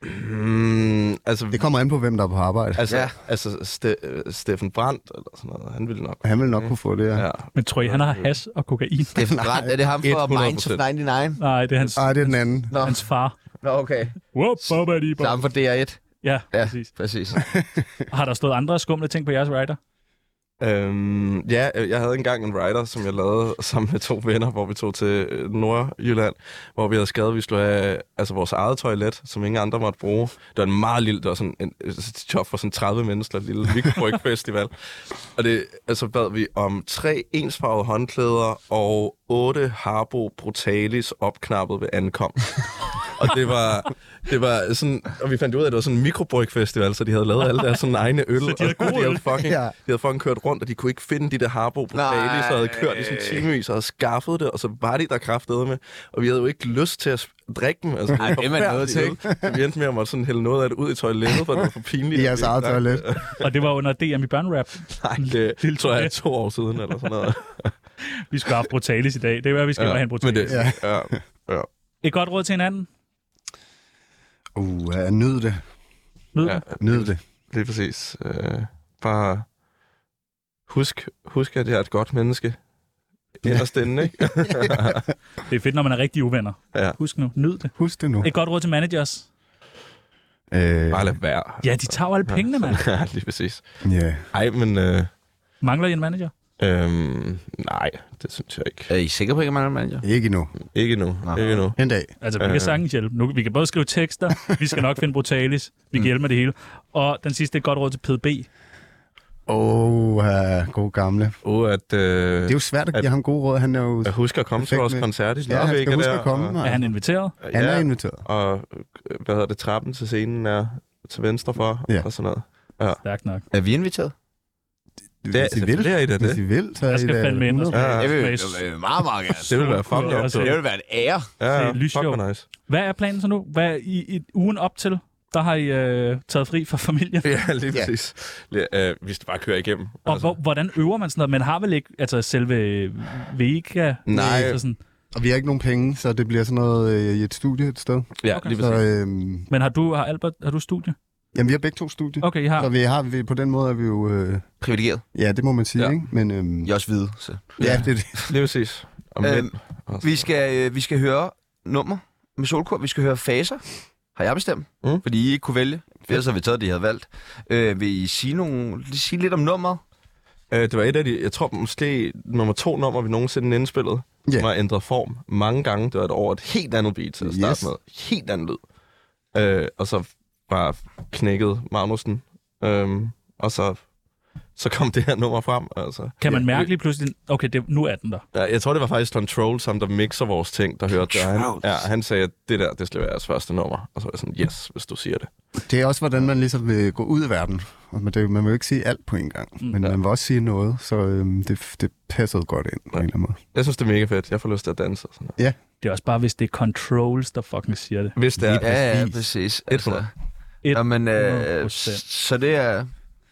S6: Mm, altså,
S4: Det kommer an på, hvem der er på arbejde.
S6: altså, ja.
S1: Ja.
S6: altså Ste, øh, Steffen Brandt eller sådan noget, han ville nok.
S4: Han vil nok kunne få det, ja.
S6: Ja.
S2: Men tror I, han
S6: Mm.
S2: har has og kokain?
S1: Det er, (laughs) Nej, er det ham fra Minds of
S6: 100%.
S1: 99?
S2: Nej, det er hans,
S4: Ej, det er den anden.
S1: Nå,
S2: hans far.
S1: nå okay.
S2: Whoop, bop, badi, bop.
S1: Samme for DR1.
S2: Ja,
S1: Ja,
S2: præcis.
S1: præcis.
S2: Har der stået andre skumle ting på jeres rider?
S6: Øhm, ja, øh, jeg havde engang en rider, som jeg lavede sammen med to venner, hvor vi tog til øh, Nordjylland, hvor vi havde skrevet, at vi skulle have altså, vores eget toilet, som ingen andre måtte bruge. Det var en meget lille, det var sådan en øh, job for sådan 30 mennesker, et lille mikrofestival. og det, altså bad vi om tre ensfarvede håndklæder og otte Harbo Brutalis opknappet ved ankomst. og det var, det var sådan, og vi fandt ud af, at det var sådan en mikrobrygfestival, så de havde lavet alle deres sådan egne øl. Så
S2: de havde god
S6: de havde
S2: øl.
S6: fucking,
S4: Ja.
S6: ja. De havde fucking kørt rundt, og de kunne ikke finde de der Harbo Brutalis,
S1: Nej.
S6: og havde kørt i sådan timevis, og havde skaffet det, og så var de der kraftede med. Og vi havde jo ikke lyst til at sp- drikke dem. Altså,
S1: Nej, det er man
S6: forfærdelige
S1: nødt til,
S6: øl. Så Vi endte med at måtte sådan hælde noget af det ud i toilettet, for det var for pinligt.
S4: I jeres eget toilet.
S2: Og det var under DM i børnerap.
S6: Nej, det tror jeg er to år siden, eller sådan noget.
S2: Vi skulle have haft Brutalis i dag. Det er, hvad vi skal ja, have en
S6: men
S2: Brutalis.
S6: det,
S2: Det...
S6: ja. ja. ja.
S2: Et godt råd til hinanden.
S4: Uh, ja, nyd det.
S2: Nyd.
S6: Ja.
S2: Ja.
S4: Nyd det.
S6: Lige præcis. Øh, bare husk, husk, at jeg er et godt menneske.
S4: (laughs)
S6: Inderst inde, ikke?
S2: Det er fedt, når man er rigtig uvenner.
S6: Ja.
S2: Husk nu, nyd det.
S4: Husk det nu.
S2: Et godt råd til managers.
S4: Øh,
S6: Bare lad være.
S2: Ja, de tager jo alle pengene, mand.
S6: Ja, (laughs) lige præcis.
S4: ja.
S6: Ej, men... Øh,
S2: Mangler I en manager?
S6: øhm, nej, det synes jeg ikke.
S1: Er I sikre på, at man er manager?
S4: Ikke nu.
S6: Ikke nu.
S1: Nå.
S6: Ikke nu.
S4: En dag.
S2: Altså, vi kan sagtens hjælpe. Nu, vi kan både skrive tekster, vi skal nok finde Brutalis,
S6: Mm.
S2: vi kan hjælpe med det hele. Og den sidste, et godt råd til PDB.
S4: Åh, oh, god gamle.
S6: Og at, øh,
S4: Det er jo svært at
S6: At-
S4: give ham gode råd. Han er jo...
S6: at huske at komme til
S4: Perfekt
S6: vores
S4: med-
S6: koncert i
S4: Ja, han
S6: Snorvække
S4: skal huske
S6: der,
S4: at komme.
S6: og-
S4: Og,
S2: Er han inviteret?
S4: han
S6: ja,
S4: er inviteret.
S6: Og øh, hvad hedder det, trappen til scenen er til venstre for,
S4: Ja.
S6: og sådan noget.
S2: Stærkt nok.
S1: Er vi inviteret?
S4: Hvis I vil,
S6: selvfølgelig er I da
S4: hvis I
S6: det.
S4: vil, så er
S2: Jeg
S4: I
S2: skal
S4: da
S2: fandme ind og
S4: 100.
S2: smage.
S6: Ja,
S1: Jeg vil,
S2: Smags.
S1: jeg vil meget, meget gerne.
S6: Det vil være fucking
S2: Ja, altså.
S6: optog.
S1: Det vil være en ære.
S6: Ja,
S2: Det er lysshow.
S6: fuck, hvor nice.
S2: Hvad er planen så nu? Hvad i, i ugen op til? Der har I øh, taget fri fra familien.
S6: (laughs) Ja, lige præcis. Ja. Øh, hvis du bare kører igennem. Altså,
S2: Og hvor, hvordan øver man sådan noget? Man har vel ikke altså, selve vega?
S6: Nej.
S2: Altså sådan.
S4: Og vi har ikke nogen penge, så det bliver sådan noget øh, i et studie et sted.
S6: ja,
S2: okay.
S6: lige
S4: Så,
S6: præcis.
S4: øh,
S2: Men har du, har Albert, har du studie?
S4: jamen, vi har begge to studier.
S2: Okay, I har.
S4: Så vi har, vi, på den måde er vi jo... Øh,
S1: Privilegeret.
S4: ja, det må man sige,
S6: Ja.
S4: ja. ikke? Men øhm,
S1: Jeg er også hvide, så.
S4: ja, det er det.
S6: Lige præcis. Og mænd.
S1: Øhm, Vi skal, øh, vi skal høre nummer med Solkur. Vi skal høre faser. Har jeg bestemt?
S6: Mm.
S1: Mm. Fordi I ikke kunne vælge. Ellers har vi taget det, I havde valgt. Øh, vil I sige, nogle, lige sige lidt om nummeret?
S6: Øh, det var et af de, jeg tror måske nummer to nummer, vi nogensinde indspillede, yeah. som har ændret form mange gange. Det var et over et helt andet beat til at starte
S4: Yes.
S6: med. Helt anden lyd. Øh, og så bare knækkede Magnussen. Øh, og så, så kom det her nummer frem. Altså.
S2: Kan man
S6: Ja.
S2: mærke lige pludselig, okay, det, nu er den der.
S6: Ja, jeg tror, det var faktisk Tom Trolls, som der mixer vores ting, der hørte det. Og Han,
S2: Trolls.
S6: ja, han sagde, at det der, det skal være jeres første nummer. Og så var jeg sådan, yes, hvis du siger det.
S4: Det er også, hvordan man ligesom vil gå ud i verden. Og man, det, man vil jo ikke sige alt på en gang,
S2: Mm.
S4: men man vil også sige noget, så øhm, det, det passede godt ind på en eller anden måde.
S6: Jeg synes, det er mega fedt. Jeg får lyst til at danse. og Sådan noget.
S4: Ja.
S2: Det er også bare, hvis det er controls, der fucking siger det.
S6: Hvis det er.
S2: Ja,
S12: Ja,
S2: ja.
S12: ja, præcis. Altså,
S2: 100%.
S12: Nå, men, øh, s- så det er,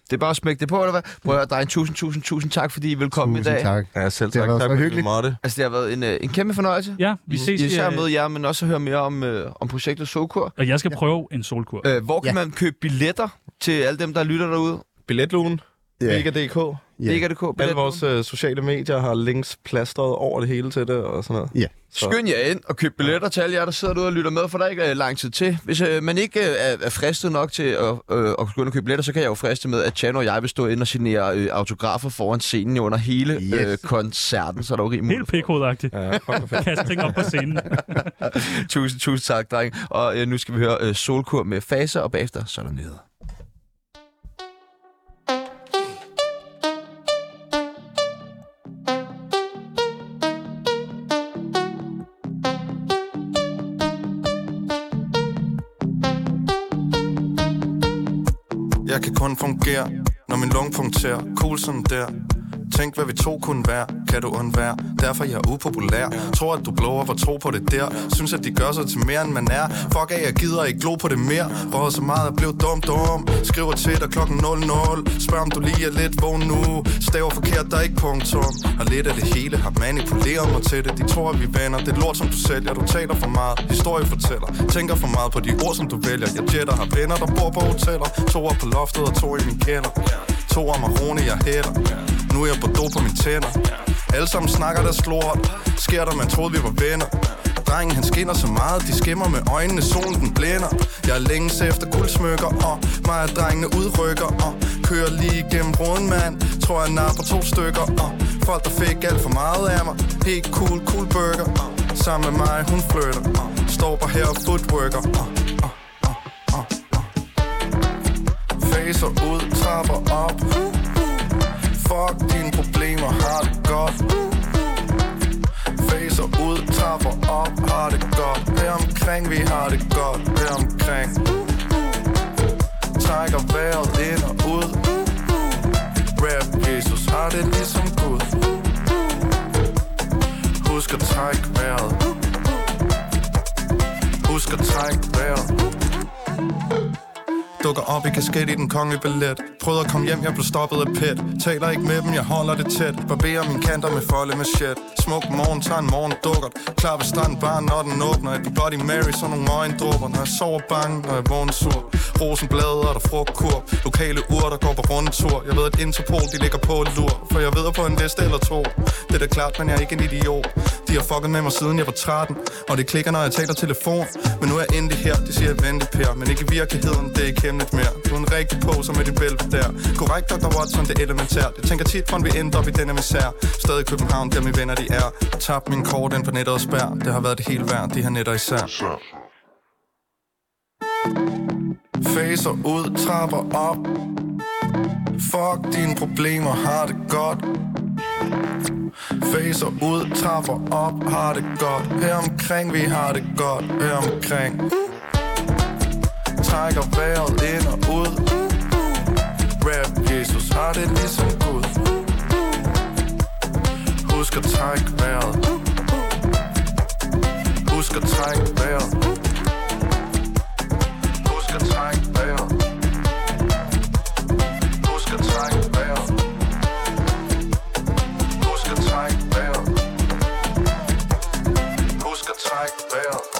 S12: det er bare at smække det på, eller hvad? Prøv at høre, dig tusind, tusind, tusind tak, fordi I vil komme i dag.
S6: Ja, selv
S4: Det har
S6: tak. tak,
S4: været så
S6: fordi vi
S4: hyggeligt.
S6: måtte.
S12: Altså, det har været en, øh, en kæmpe fornøjelse.
S2: Ja, vi ses i,
S12: Især
S2: øh,
S12: med jer, men også at høre mere om, øh, om projektet Sokur.
S2: Og jeg skal prøve en solkur.
S12: Øh, hvor kan
S2: Ja.
S12: man købe billetter til alle dem, der lytter derude?
S6: Billetlugen.
S4: Ja.
S6: Vega.dk.
S12: Ja. Vega.dk.
S6: Alle vores øh, sociale medier har links plastret over det hele til det og sådan noget.
S4: Ja.
S6: Så-
S12: Skynd jer ind og køb billetter til alle jer, der sidder derude og lytter med, for der er ikke øh, lang tid til. Hvis øh, man ikke øh, er- er fristet nok til at, øh, at skynde at købe billetter, så kan jeg jo friste med, at Chano og jeg vil stå ind og signere øh, autografer foran scenen under hele yes. øh, koncerten, så er der jo rig
S2: Helt pikhoved-agtigt.
S6: Ja,
S2: Kaste ting op på scenen.
S12: tusind, tusind tak, dreng. Og øh, nu skal vi høre øh, Solkur med Faser, og bagefter så er der nyheder.
S3: Jeg kan kun fungere, når min lunge punkterer Coulson der Tænk hvad vi to kunne være, kan du undvære Derfor jeg er upopulær Tror at du blower, hvor tro på det der Synes at de gør sig til mere end man er Fuck af, jeg gider ikke glo på det mere Røget så meget, jeg blev dum dum Skriver til dig klokken 00 Spørg om du lige er lidt vågen nu Staver forkert, der er ikke punktum Og lidt af det hele har manipuleret mig til det De tror at vi vaner, det er lort som du sælger Du taler for meget, historie fortæller Tænker for meget på de ord som du vælger Jeg jetter, har venner der bor på hoteller To er på loftet og to i min kælder To er marrone, jeg hætter Nu er jeg på do på mine tænder Alle sammen snakker deres lort Sker der, man troede vi var venner Drengen han skinner så meget, de skimmer med øjnene, solen den blænder Jeg længes efter guldsmykker, og mig og drengene udrykker Og kører lige igennem roden, mand Tror jeg napper to stykker, og folk der fik alt for meget af mig Helt cool, cool burger, og sammen med mig hun flytter og Står bare her og footworker, og Facer ud, trapper op Fuck dine problemer, har det godt Facer ud, trapper op, har det godt Her omkring, vi har det godt Her omkring Trækker vejret ind og ud Rap Jesus har det ligesom Gud Husk at trække vejret Husk at trække vejret Dukker op i kasket i den kongelige billet Prøvede at komme hjem, jeg blev stoppet af pet Taler ikke med dem, jeg holder det tæt Barberer min kanter med folde med shit Smuk morgen, tager en morgen dukkert Klar ved stranden, bare når den åbner Et Bloody Mary, så nogle øjendråber Når jeg sover bange, når jeg vågner sur Rosenblade og der frugtkurv Lokale ur, der går på rundtur Jeg ved, at Interpol, de ligger på lur For jeg ved at på en liste eller to Det er da klart, men jeg er ikke en idiot De har fucket med mig siden jeg var 13 Og det klikker, når jeg taler telefon Men nu er jeg endelig her, de siger jeg vente Per Men ikke i virkeligheden, det er ikke hemmeligt mere Du er en rigtig poser med dit bælte der Korrekt, Dr. Watson, det er elementært Jeg tænker tit, hvordan vi ender op i denne misær Stadig i København, der mine venner de er Tab min kort ind på nettet og spær Det har været det hele værd, de her netter især Facer ud, trapper op Fuck dine problemer, har det godt Facer ud, trapper op, har det godt Her omkring, vi har det godt Her omkring Trækker vejret ind og ud Rap Jesus har det ligesom Gud Husk at trække vejret Husk at trække vejret Husk at trække vejret Husk at trække vejret Husk at trække vejret Husk at trække vejret